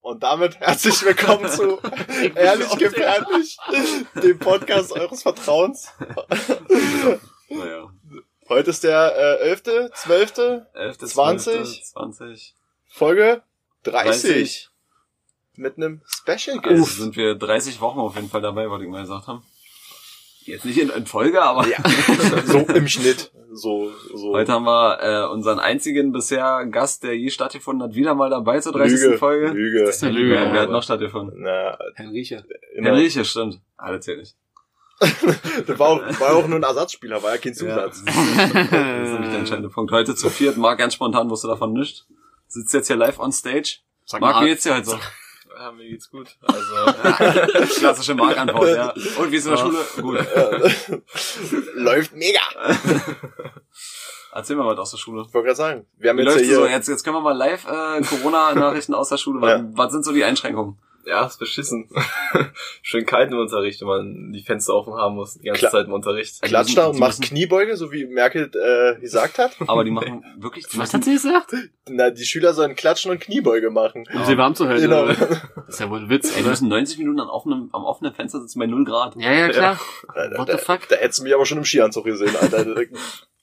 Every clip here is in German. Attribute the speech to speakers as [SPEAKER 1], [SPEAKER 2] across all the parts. [SPEAKER 1] Und damit herzlich willkommen zu Ehrlich Gefährlich, dem Podcast eures Vertrauens.
[SPEAKER 2] Naja.
[SPEAKER 1] Heute ist der äh, 11., 12.,
[SPEAKER 2] 11.
[SPEAKER 1] 20.
[SPEAKER 2] 20.
[SPEAKER 1] Folge 30.
[SPEAKER 2] 30.
[SPEAKER 1] Mit einem Special
[SPEAKER 2] Also
[SPEAKER 1] Guest.
[SPEAKER 2] sind wir 30 Wochen auf jeden Fall dabei, wollte ich mal gesagt haben. Jetzt nicht in, in Folge, aber
[SPEAKER 1] Ja, so im Schnitt. So, so.
[SPEAKER 2] heute haben wir äh, unseren einzigen bisher Gast, der je stattgefunden hat, wieder mal dabei zur 30. Folge.
[SPEAKER 1] Lüge.
[SPEAKER 3] Das ist eine Lüge.
[SPEAKER 2] Wer- Wer hat
[SPEAKER 3] aber-
[SPEAKER 2] noch stattgefunden?
[SPEAKER 1] Na,
[SPEAKER 3] Henriche.
[SPEAKER 1] immer.
[SPEAKER 2] Henriche, stimmt. Ah, das zählt nicht.
[SPEAKER 1] Das war auch, war auch nur ein Ersatzspieler, war ja kein Zusatz.
[SPEAKER 2] Ja. Das ist nämlich der entscheidende Punkt. Heute zu viert. Marc, ganz spontan wusste davon nicht. Sitzt jetzt hier live on stage.
[SPEAKER 3] Sag
[SPEAKER 2] Marc,
[SPEAKER 3] mal,
[SPEAKER 2] wie geht's dir heute so?
[SPEAKER 3] Ja, mir geht's gut. Also,
[SPEAKER 2] Klassische Marc-Antwort, ja. Und wie ist in der
[SPEAKER 3] Ja.
[SPEAKER 2] Schule? Gut.
[SPEAKER 1] Läuft mega.
[SPEAKER 2] Erzähl mal was aus der Schule.
[SPEAKER 1] Ich wollte gerade sagen, wir haben
[SPEAKER 2] Wie
[SPEAKER 1] jetzt
[SPEAKER 2] läuft's
[SPEAKER 1] hier,
[SPEAKER 2] so? Jetzt, jetzt können wir mal live äh, Corona-Nachrichten aus der Schule. Was,
[SPEAKER 1] Ja.
[SPEAKER 2] was sind so die Einschränkungen?
[SPEAKER 3] ja, ist beschissen. Schön kalt im Unterricht, wenn man die Fenster offen haben muss, die ganze
[SPEAKER 1] Klar.
[SPEAKER 3] Zeit im Unterricht.
[SPEAKER 1] klatscht
[SPEAKER 2] Also Die
[SPEAKER 1] da
[SPEAKER 2] müssen-
[SPEAKER 1] und
[SPEAKER 2] die
[SPEAKER 1] macht
[SPEAKER 2] müssen-
[SPEAKER 1] Kniebeuge, so wie Merkel äh, gesagt hat.
[SPEAKER 2] Aber die machen wirklich... Die
[SPEAKER 4] Was
[SPEAKER 2] müssen,
[SPEAKER 4] hat sie gesagt?
[SPEAKER 1] Na, die Schüler sollen klatschen und Kniebeuge machen.
[SPEAKER 4] Um sie warm zu halten.
[SPEAKER 1] Genau.
[SPEAKER 4] oder? Das ist ja wohl ein Witz,
[SPEAKER 2] ey, die
[SPEAKER 4] oder?
[SPEAKER 2] müssen 90 Minuten am offenen, am offenen Fenster sitzen bei 0 Grad.
[SPEAKER 4] Ja, ja, klar.
[SPEAKER 1] Da, da,
[SPEAKER 4] What the
[SPEAKER 1] da,
[SPEAKER 4] fuck?
[SPEAKER 1] da hättest du mich aber schon im Skianzug gesehen, Alter.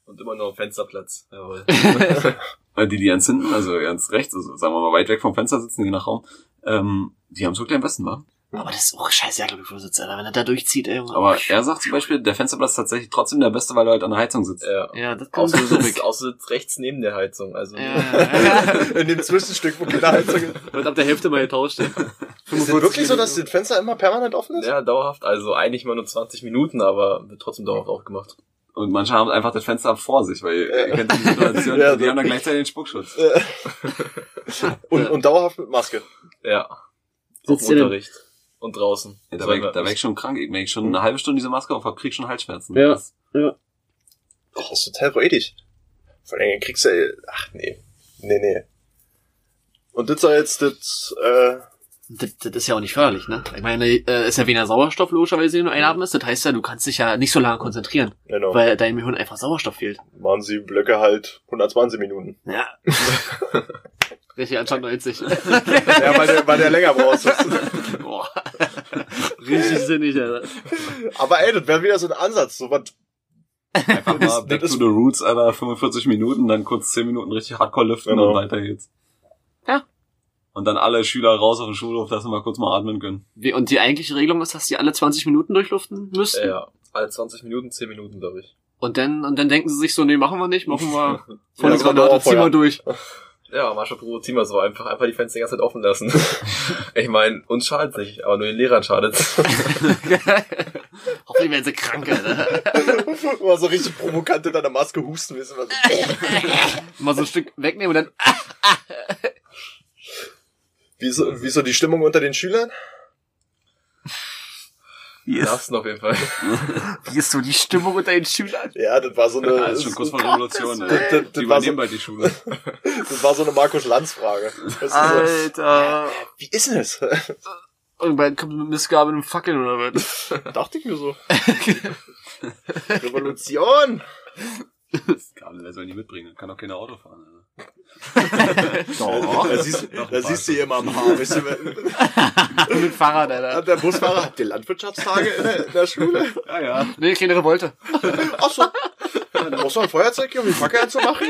[SPEAKER 3] Und immer nur am Fensterplatz. Jawohl.
[SPEAKER 2] Äh, Die, die ganz hinten, also ganz rechts, also sagen wir mal weit weg vom Fenster sitzen, je nach Raum, ähm, die haben es wirklich am besten, wa?
[SPEAKER 4] Aber das ist auch scheiße, ja, glaube ich, wo sitzt Alter, wenn er da durchzieht, ey. Junge.
[SPEAKER 2] Aber er sagt zum Beispiel, der Fensterplatz ist tatsächlich trotzdem der beste, weil er halt an der Heizung sitzt.
[SPEAKER 3] Ja.
[SPEAKER 4] ja, das kommt
[SPEAKER 3] Außer du
[SPEAKER 4] so weg.
[SPEAKER 3] sitzt, außer du sitzt rechts neben der Heizung. Also
[SPEAKER 4] Ja, ja, ja.
[SPEAKER 1] In dem Zwischenstück, wo keine Heizung ist.
[SPEAKER 4] Wird ab der Hälfte mal getauscht. ey.
[SPEAKER 1] Ist das wirklich so, dass das Fenster immer permanent offen ist?
[SPEAKER 3] ja, dauerhaft. Also eigentlich mal nur 20 Minuten, aber wird trotzdem dauerhaft aufgemacht.
[SPEAKER 2] Und manche haben einfach das Fenster vor sich, weil ihr kennt die Situation,
[SPEAKER 1] Ja,
[SPEAKER 2] die
[SPEAKER 1] so.
[SPEAKER 2] haben dann gleichzeitig den Spuckschutz.
[SPEAKER 1] Äh, und, und dauerhaft mit Maske.
[SPEAKER 3] Ja.
[SPEAKER 4] Sitzt
[SPEAKER 3] Sitzt
[SPEAKER 4] ihr
[SPEAKER 3] im
[SPEAKER 4] denn-
[SPEAKER 3] Unterricht. Und draußen.
[SPEAKER 2] Ja, da wäre wär ich schon krank, ich merke schon eine halbe Stunde diese Maske auf, hab, krieg schon Halsschmerzen.
[SPEAKER 4] Ja.
[SPEAKER 2] Das-
[SPEAKER 1] Das ist total räudig. Vor allem kriegst du, äh, ach nee, nee, nee. Und das soll jetzt das, äh,
[SPEAKER 4] Das, das ist ja auch nicht förderlich, ne? Ich meine, äh, ist ja weniger Sauerstoff logischerweise, wenn du einatmest. Das heißt ja, du kannst dich ja nicht so lange konzentrieren,
[SPEAKER 1] genau,
[SPEAKER 4] weil deinem Hirn einfach Sauerstoff fehlt.
[SPEAKER 1] machen sie Blöcke halt 120 Minuten.
[SPEAKER 4] Ja. Richtig, anstatt 90.
[SPEAKER 1] Ja, weil der, weil der länger brauchst.
[SPEAKER 4] Boah. Richtig sinnig, Alter.
[SPEAKER 1] Aber ey, das wäre wieder so ein Ansatz, so was,
[SPEAKER 2] Einfach
[SPEAKER 1] Das-
[SPEAKER 2] mal back
[SPEAKER 1] das-
[SPEAKER 2] to the roots, Alter, 45 Minuten, dann kurz 10 Minuten richtig hardcore lüften
[SPEAKER 1] Genau.
[SPEAKER 2] und weiter geht's.
[SPEAKER 4] Ja.
[SPEAKER 2] Und dann alle Schüler raus auf den Schulhof, dass sie mal kurz mal atmen können.
[SPEAKER 4] Wie, und die eigentliche Regelung ist, dass die alle 20 Minuten durchluften müssten.
[SPEAKER 3] Ja. Alle 20 Minuten, 10 Minuten, glaube ich.
[SPEAKER 4] Und dann, und dann denken sie sich so, nee, machen wir nicht, machen wir volle
[SPEAKER 1] das war
[SPEAKER 4] Granate,
[SPEAKER 1] Dauerfeuer.
[SPEAKER 4] ziehen wir durch.
[SPEAKER 3] Ja, Marsha Pro zieh mal so einfach, einfach die Fenster die ganze Zeit offen lassen. ich meine, uns schadet's nicht, aber nur den Lehrern schadet's.
[SPEAKER 4] Hoffentlich werden sie krank, Alter.
[SPEAKER 1] war so richtig provokant hinter der Maske husten wissen, was
[SPEAKER 4] Mal so ein Stück wegnehmen und dann, ah,
[SPEAKER 1] Wie so, wie so die Stimmung unter den Schülern?
[SPEAKER 2] Wie
[SPEAKER 3] Nervsten auf jeden Fall.
[SPEAKER 4] wie ist so die Stimmung unter den Schülern?
[SPEAKER 1] Ja, das war so eine,
[SPEAKER 2] Ja, das ist schon kurz vor der Revolution,
[SPEAKER 4] Gottes
[SPEAKER 2] Alter.
[SPEAKER 1] Willen.
[SPEAKER 2] Die übernehmen bald die Schule.
[SPEAKER 1] das war so eine Markus-Lanz-Frage. Das ist so,
[SPEAKER 4] Alter.
[SPEAKER 1] Wie ist denn das?
[SPEAKER 4] Und dann kommt eine Missgabe mit einem Fackeln oder was?
[SPEAKER 1] Dachte ich mir so. Revolution!
[SPEAKER 2] Das Kabel, wer soll die mitbringen? Kann doch keiner Auto fahren, Alter.
[SPEAKER 1] Da siehst,
[SPEAKER 2] Doch,
[SPEAKER 1] da
[SPEAKER 2] ein
[SPEAKER 1] siehst du
[SPEAKER 2] paar.
[SPEAKER 1] immer am Haar. Weißt du, wenn-
[SPEAKER 4] mit Fahrrad, Alter.
[SPEAKER 1] hat der Busfahrer, habt ihr Landwirtschaftstage in der, in der Schule?
[SPEAKER 2] Ja, ja.
[SPEAKER 4] Nee, keine Revolte.
[SPEAKER 1] Ach so. Da brauchst du ein Feuerzeug, hier, um die Fackel anzumachen?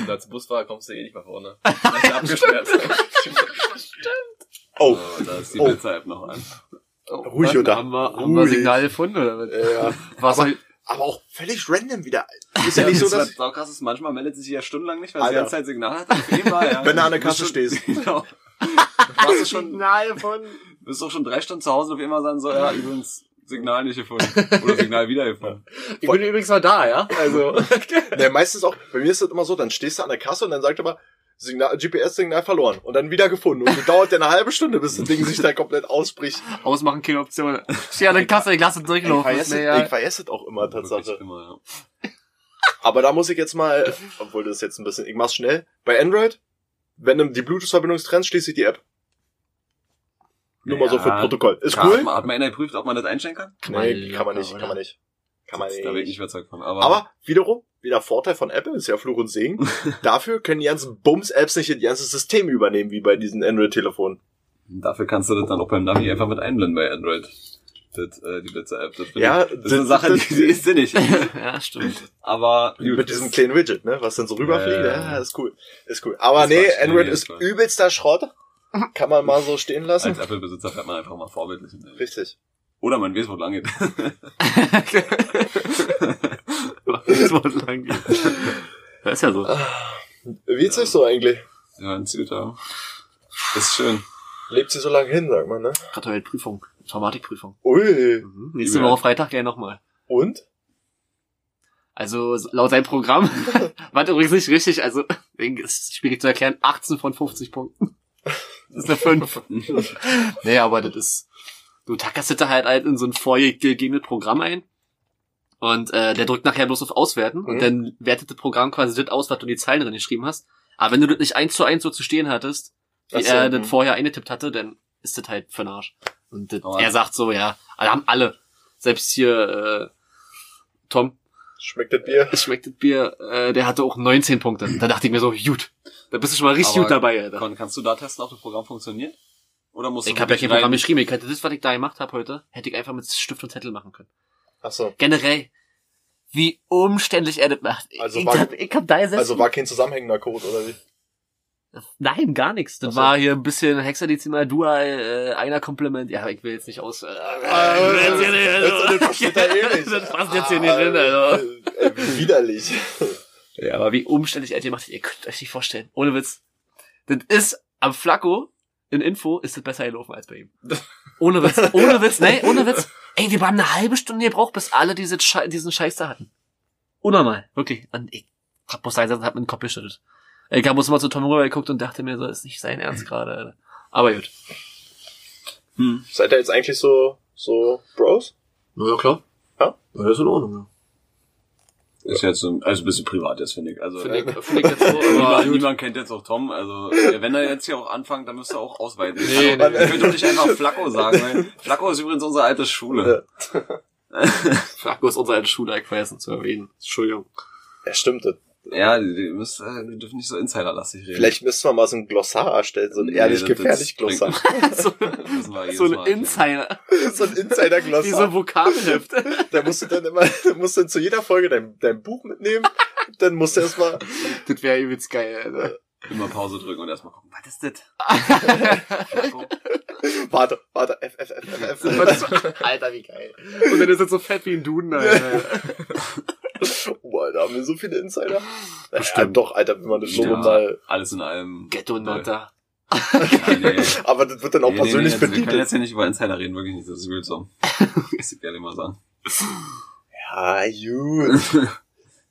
[SPEAKER 3] Und als Busfahrer kommst du eh nicht mal vorne. Hast du abgesperrt.
[SPEAKER 1] Oh.
[SPEAKER 2] So, da ist die
[SPEAKER 1] Oh.
[SPEAKER 2] Blitzer-App noch an.
[SPEAKER 1] Ruhig, oder?
[SPEAKER 4] Haben wir, Oh, ne? haben wir
[SPEAKER 1] Ruhig.
[SPEAKER 4] Signal gefunden, oder was?
[SPEAKER 1] Ja.
[SPEAKER 4] Was soll-
[SPEAKER 1] Aber auch völlig random wieder. Ist ja nicht so, dass...
[SPEAKER 2] Das war krass, ist, manchmal meldet sie sich ja stundenlang nicht, weil sie
[SPEAKER 1] Alter.
[SPEAKER 2] die ganze Zeit Signal hat. Auf jeden Fall, ja.
[SPEAKER 1] Wenn du an der Kasse
[SPEAKER 2] Bist
[SPEAKER 1] stehst.
[SPEAKER 2] Genau. Warst du schon,
[SPEAKER 4] Signal gefunden.
[SPEAKER 2] bist doch schon drei Stunden zu Hause und auf einmal sagen so, ja, übrigens, Signal nicht gefunden. Oder Signal wieder gefunden.
[SPEAKER 4] Ich bin übrigens mal da, ja? Also.
[SPEAKER 1] Ne, meistens auch, bei mir ist das immer so, dann stehst du an der Kasse und dann sagt er mal, Signal, GPS-Signal verloren und dann wieder gefunden. Und das dauert ja eine halbe Stunde, bis das Ding sich da komplett ausspricht.
[SPEAKER 4] Ausmachen, keine Option. Steh an der Kasse, ich lasse
[SPEAKER 1] Ich
[SPEAKER 4] durchlaufen. ist
[SPEAKER 1] vergesse,
[SPEAKER 4] mir ja-
[SPEAKER 1] ich vergesse das auch immer
[SPEAKER 2] Wirklich
[SPEAKER 1] Tatsache.
[SPEAKER 2] Immer, ja.
[SPEAKER 1] Aber da muss ich jetzt mal, obwohl das jetzt ein bisschen, ich mach's schnell. Bei Android, wenn du die Bluetooth-Verbindung trennst, schließe ich die App. Nur mal so
[SPEAKER 2] Ja.
[SPEAKER 1] für Protokoll. Ist
[SPEAKER 2] Ja, Hat
[SPEAKER 1] cool?
[SPEAKER 2] mal- hat mal einer geprüft, ob man das einstellen kann?
[SPEAKER 1] Nee, kann man nicht, kann man nicht. Kann man
[SPEAKER 2] Das- Da bin ich
[SPEAKER 1] nicht.
[SPEAKER 2] nicht überzeugt von. Aber,
[SPEAKER 1] Aber wiederum, wieder Vorteil von Apple, ist ja Fluch und Segen. Dafür können die ganzen Bums-Apps nicht ihr ganzes System übernehmen, wie bei diesen Android-Telefonen.
[SPEAKER 2] dafür kannst du das dann auch beim Navi einfach mit einblenden bei Android. Das, äh, die letzte App. Das, finde
[SPEAKER 1] Ja,
[SPEAKER 2] ich, das ist
[SPEAKER 1] das-
[SPEAKER 2] eine Sache,
[SPEAKER 1] das-
[SPEAKER 2] die, die ist sinnig.
[SPEAKER 4] ja, stimmt.
[SPEAKER 2] Aber
[SPEAKER 1] Mit diesem kleinen Widget, ne? Was dann so rüberfliegt.
[SPEAKER 2] Ja.
[SPEAKER 1] Ja, ist cool. Ist cool. Aber
[SPEAKER 2] Das
[SPEAKER 1] nee,
[SPEAKER 2] war's.
[SPEAKER 1] Android
[SPEAKER 2] Nee,
[SPEAKER 1] ist
[SPEAKER 2] das war's.
[SPEAKER 1] übelster Schrott. Kann man mal so stehen lassen.
[SPEAKER 2] als Apple-Besitzer fährt man einfach mal vorbildlich. mit.
[SPEAKER 1] Richtig.
[SPEAKER 2] Oder man weiß, wo es lang geht.
[SPEAKER 4] das war lang Das ist ja so.
[SPEAKER 1] Wie ist es so eigentlich?
[SPEAKER 2] ja, ein Ziel da. Ist schön.
[SPEAKER 1] Lebt sie so lange hin, sagt man, ne?
[SPEAKER 4] Gerade heute Prüfung. Informatikprüfung.
[SPEAKER 1] Ui.
[SPEAKER 4] Mhm. Nächste
[SPEAKER 2] Ja.
[SPEAKER 4] Woche Freitag gleich nochmal.
[SPEAKER 1] Und?
[SPEAKER 4] Also s- laut seinem Programm war das übrigens nicht richtig. Also ist schwierig zu erklären. 18 von 50 Punkten. Das ist eine 5. naja, aber das ist... Du tackerst das da halt halt in so ein vorgegebenes Programm ein. Und äh, der drückt nachher bloß auf Auswerten.
[SPEAKER 1] Mhm.
[SPEAKER 4] Und dann wertet das Programm quasi das aus, was du in die Zeilen drin geschrieben hast. Aber wenn du das nicht eins zu eins so zu stehen hattest, wie
[SPEAKER 1] Ach so,
[SPEAKER 4] er das
[SPEAKER 1] mhm.
[SPEAKER 4] vorher eingetippt hatte, dann ist das halt für den Arsch. Und das,
[SPEAKER 2] Aber-
[SPEAKER 4] er sagt so, ja, alle haben alle. Selbst hier äh, Tom,
[SPEAKER 1] Schmeckt das Bier?
[SPEAKER 4] es schmeckt das Bier, äh, der hatte auch 19 Punkte. Da dachte ich mir so, gut, da bist du schon mal richtig
[SPEAKER 2] Aber
[SPEAKER 4] gut dabei, Alter.
[SPEAKER 2] Con, kannst du da testen, ob das Programm funktioniert? Oder musst du
[SPEAKER 4] Ich habe ja
[SPEAKER 2] wirklich
[SPEAKER 4] kein Programm
[SPEAKER 2] rein-
[SPEAKER 4] geschrieben. Ich hätte das, was ich da gemacht habe heute, hätte ich einfach mit Stift und Zettel machen können.
[SPEAKER 1] Ach so.
[SPEAKER 4] Generell, wie umständlich er das macht.
[SPEAKER 1] Also
[SPEAKER 4] ich,
[SPEAKER 1] war-
[SPEAKER 4] hab, ich hab da gesessen.
[SPEAKER 1] Also war kein zusammenhängender Code, oder wie?
[SPEAKER 4] Nein, gar nichts. Das
[SPEAKER 1] Ach so.
[SPEAKER 4] war hier ein bisschen Hexadezimal, Dual, äh, einer Kompliment. Ja, ich will jetzt nicht aus. Äh,
[SPEAKER 1] das- das- das versteht er eh nicht.
[SPEAKER 4] also. das passt jetzt hier nicht hin, also.
[SPEAKER 1] Äh,
[SPEAKER 4] Alter.
[SPEAKER 1] äh, widerlich.
[SPEAKER 4] Ja, aber wie umständlich er die macht, ihr könnt euch nicht vorstellen. Ohne Witz. Das ist am Flacco in Info ist das besser gelaufen als bei ihm. Ohne Witz, ohne Witz, nee, ohne Witz. Ey, wir haben eine halbe Stunde gebraucht, bis alle diese Sche diesen Scheiß da hatten. Unnormal, wirklich. Und ich hab bloß da gesessen und hab mir den Kopf geschüttelt. Ich hab bloß mal zu Tom rüber geguckt und dachte mir so, ist nicht sein Ernst gerade, Alter. Aber gut.
[SPEAKER 2] Hm.
[SPEAKER 1] Seid ihr jetzt eigentlich so, so Bros?
[SPEAKER 3] Na ja, klar.
[SPEAKER 1] Ja?
[SPEAKER 3] ja das ist in Ordnung, ja.
[SPEAKER 2] Ist jetzt so, also ein bisschen privat jetzt, finde ich. Also,
[SPEAKER 4] Finde ich, find ich jetzt so, aber
[SPEAKER 2] niemand, niemand kennt jetzt auch Tom. Also, ja, wenn er jetzt hier auch anfängt, dann müsst ihr auch ausweiten.
[SPEAKER 4] Nee,
[SPEAKER 2] also,
[SPEAKER 1] nee.
[SPEAKER 2] Ihr könnt doch nicht einfach Flacco sagen, weil Flacco ist übrigens unsere alte Schule.
[SPEAKER 4] Flacco ist unser alter Schule, ich vergessen zu erwähnen. Entschuldigung.
[SPEAKER 1] Ja, stimmt. das-
[SPEAKER 2] Ja, die, die, müsst, äh, die dürfen nicht so insiderlastig reden.
[SPEAKER 1] Vielleicht müssten wir mal so ein Glossar erstellen, so ein
[SPEAKER 2] Nee,
[SPEAKER 1] ehrlich
[SPEAKER 2] das-
[SPEAKER 1] gefährlich
[SPEAKER 2] das bringt
[SPEAKER 1] Glossar.
[SPEAKER 4] so,
[SPEAKER 2] Das müssen wir jedes
[SPEAKER 4] so ein
[SPEAKER 2] Mal erklären.
[SPEAKER 4] Insider.
[SPEAKER 1] so ein
[SPEAKER 4] Wie so ein
[SPEAKER 1] Insider-Glossar.
[SPEAKER 4] Vokabelheft.
[SPEAKER 1] Da musst du dann immer, da musst du dann zu jeder Folge dein, dein Buch mitnehmen. Dann musst du erstmal,
[SPEAKER 4] das wäre übelst geil, Alter.
[SPEAKER 2] Immer Pause drücken und erstmal gucken, was ist das? Flacco?
[SPEAKER 1] warte, warte, F, F, F, F, F.
[SPEAKER 4] Alter, wie geil. Und dann ist das so fett wie ein Duden, Alter.
[SPEAKER 1] Boah, da oh, haben wir so viele Insider. Naja,
[SPEAKER 4] Bestimmt.
[SPEAKER 1] doch, Alter, wenn man das so
[SPEAKER 2] Ja.
[SPEAKER 1] mal.
[SPEAKER 2] Alles in allem.
[SPEAKER 4] Ghetto Notter. Genau.
[SPEAKER 2] Nee, nee.
[SPEAKER 1] Aber das wird dann auch
[SPEAKER 2] Nee, nee,
[SPEAKER 1] persönlich
[SPEAKER 2] nee, also Wir können
[SPEAKER 1] bedient.
[SPEAKER 2] jetzt hier nicht über Insider reden, wirklich nicht. Das ist wild so. Muss ich ehrlich mal sagen.
[SPEAKER 1] Ja, gut.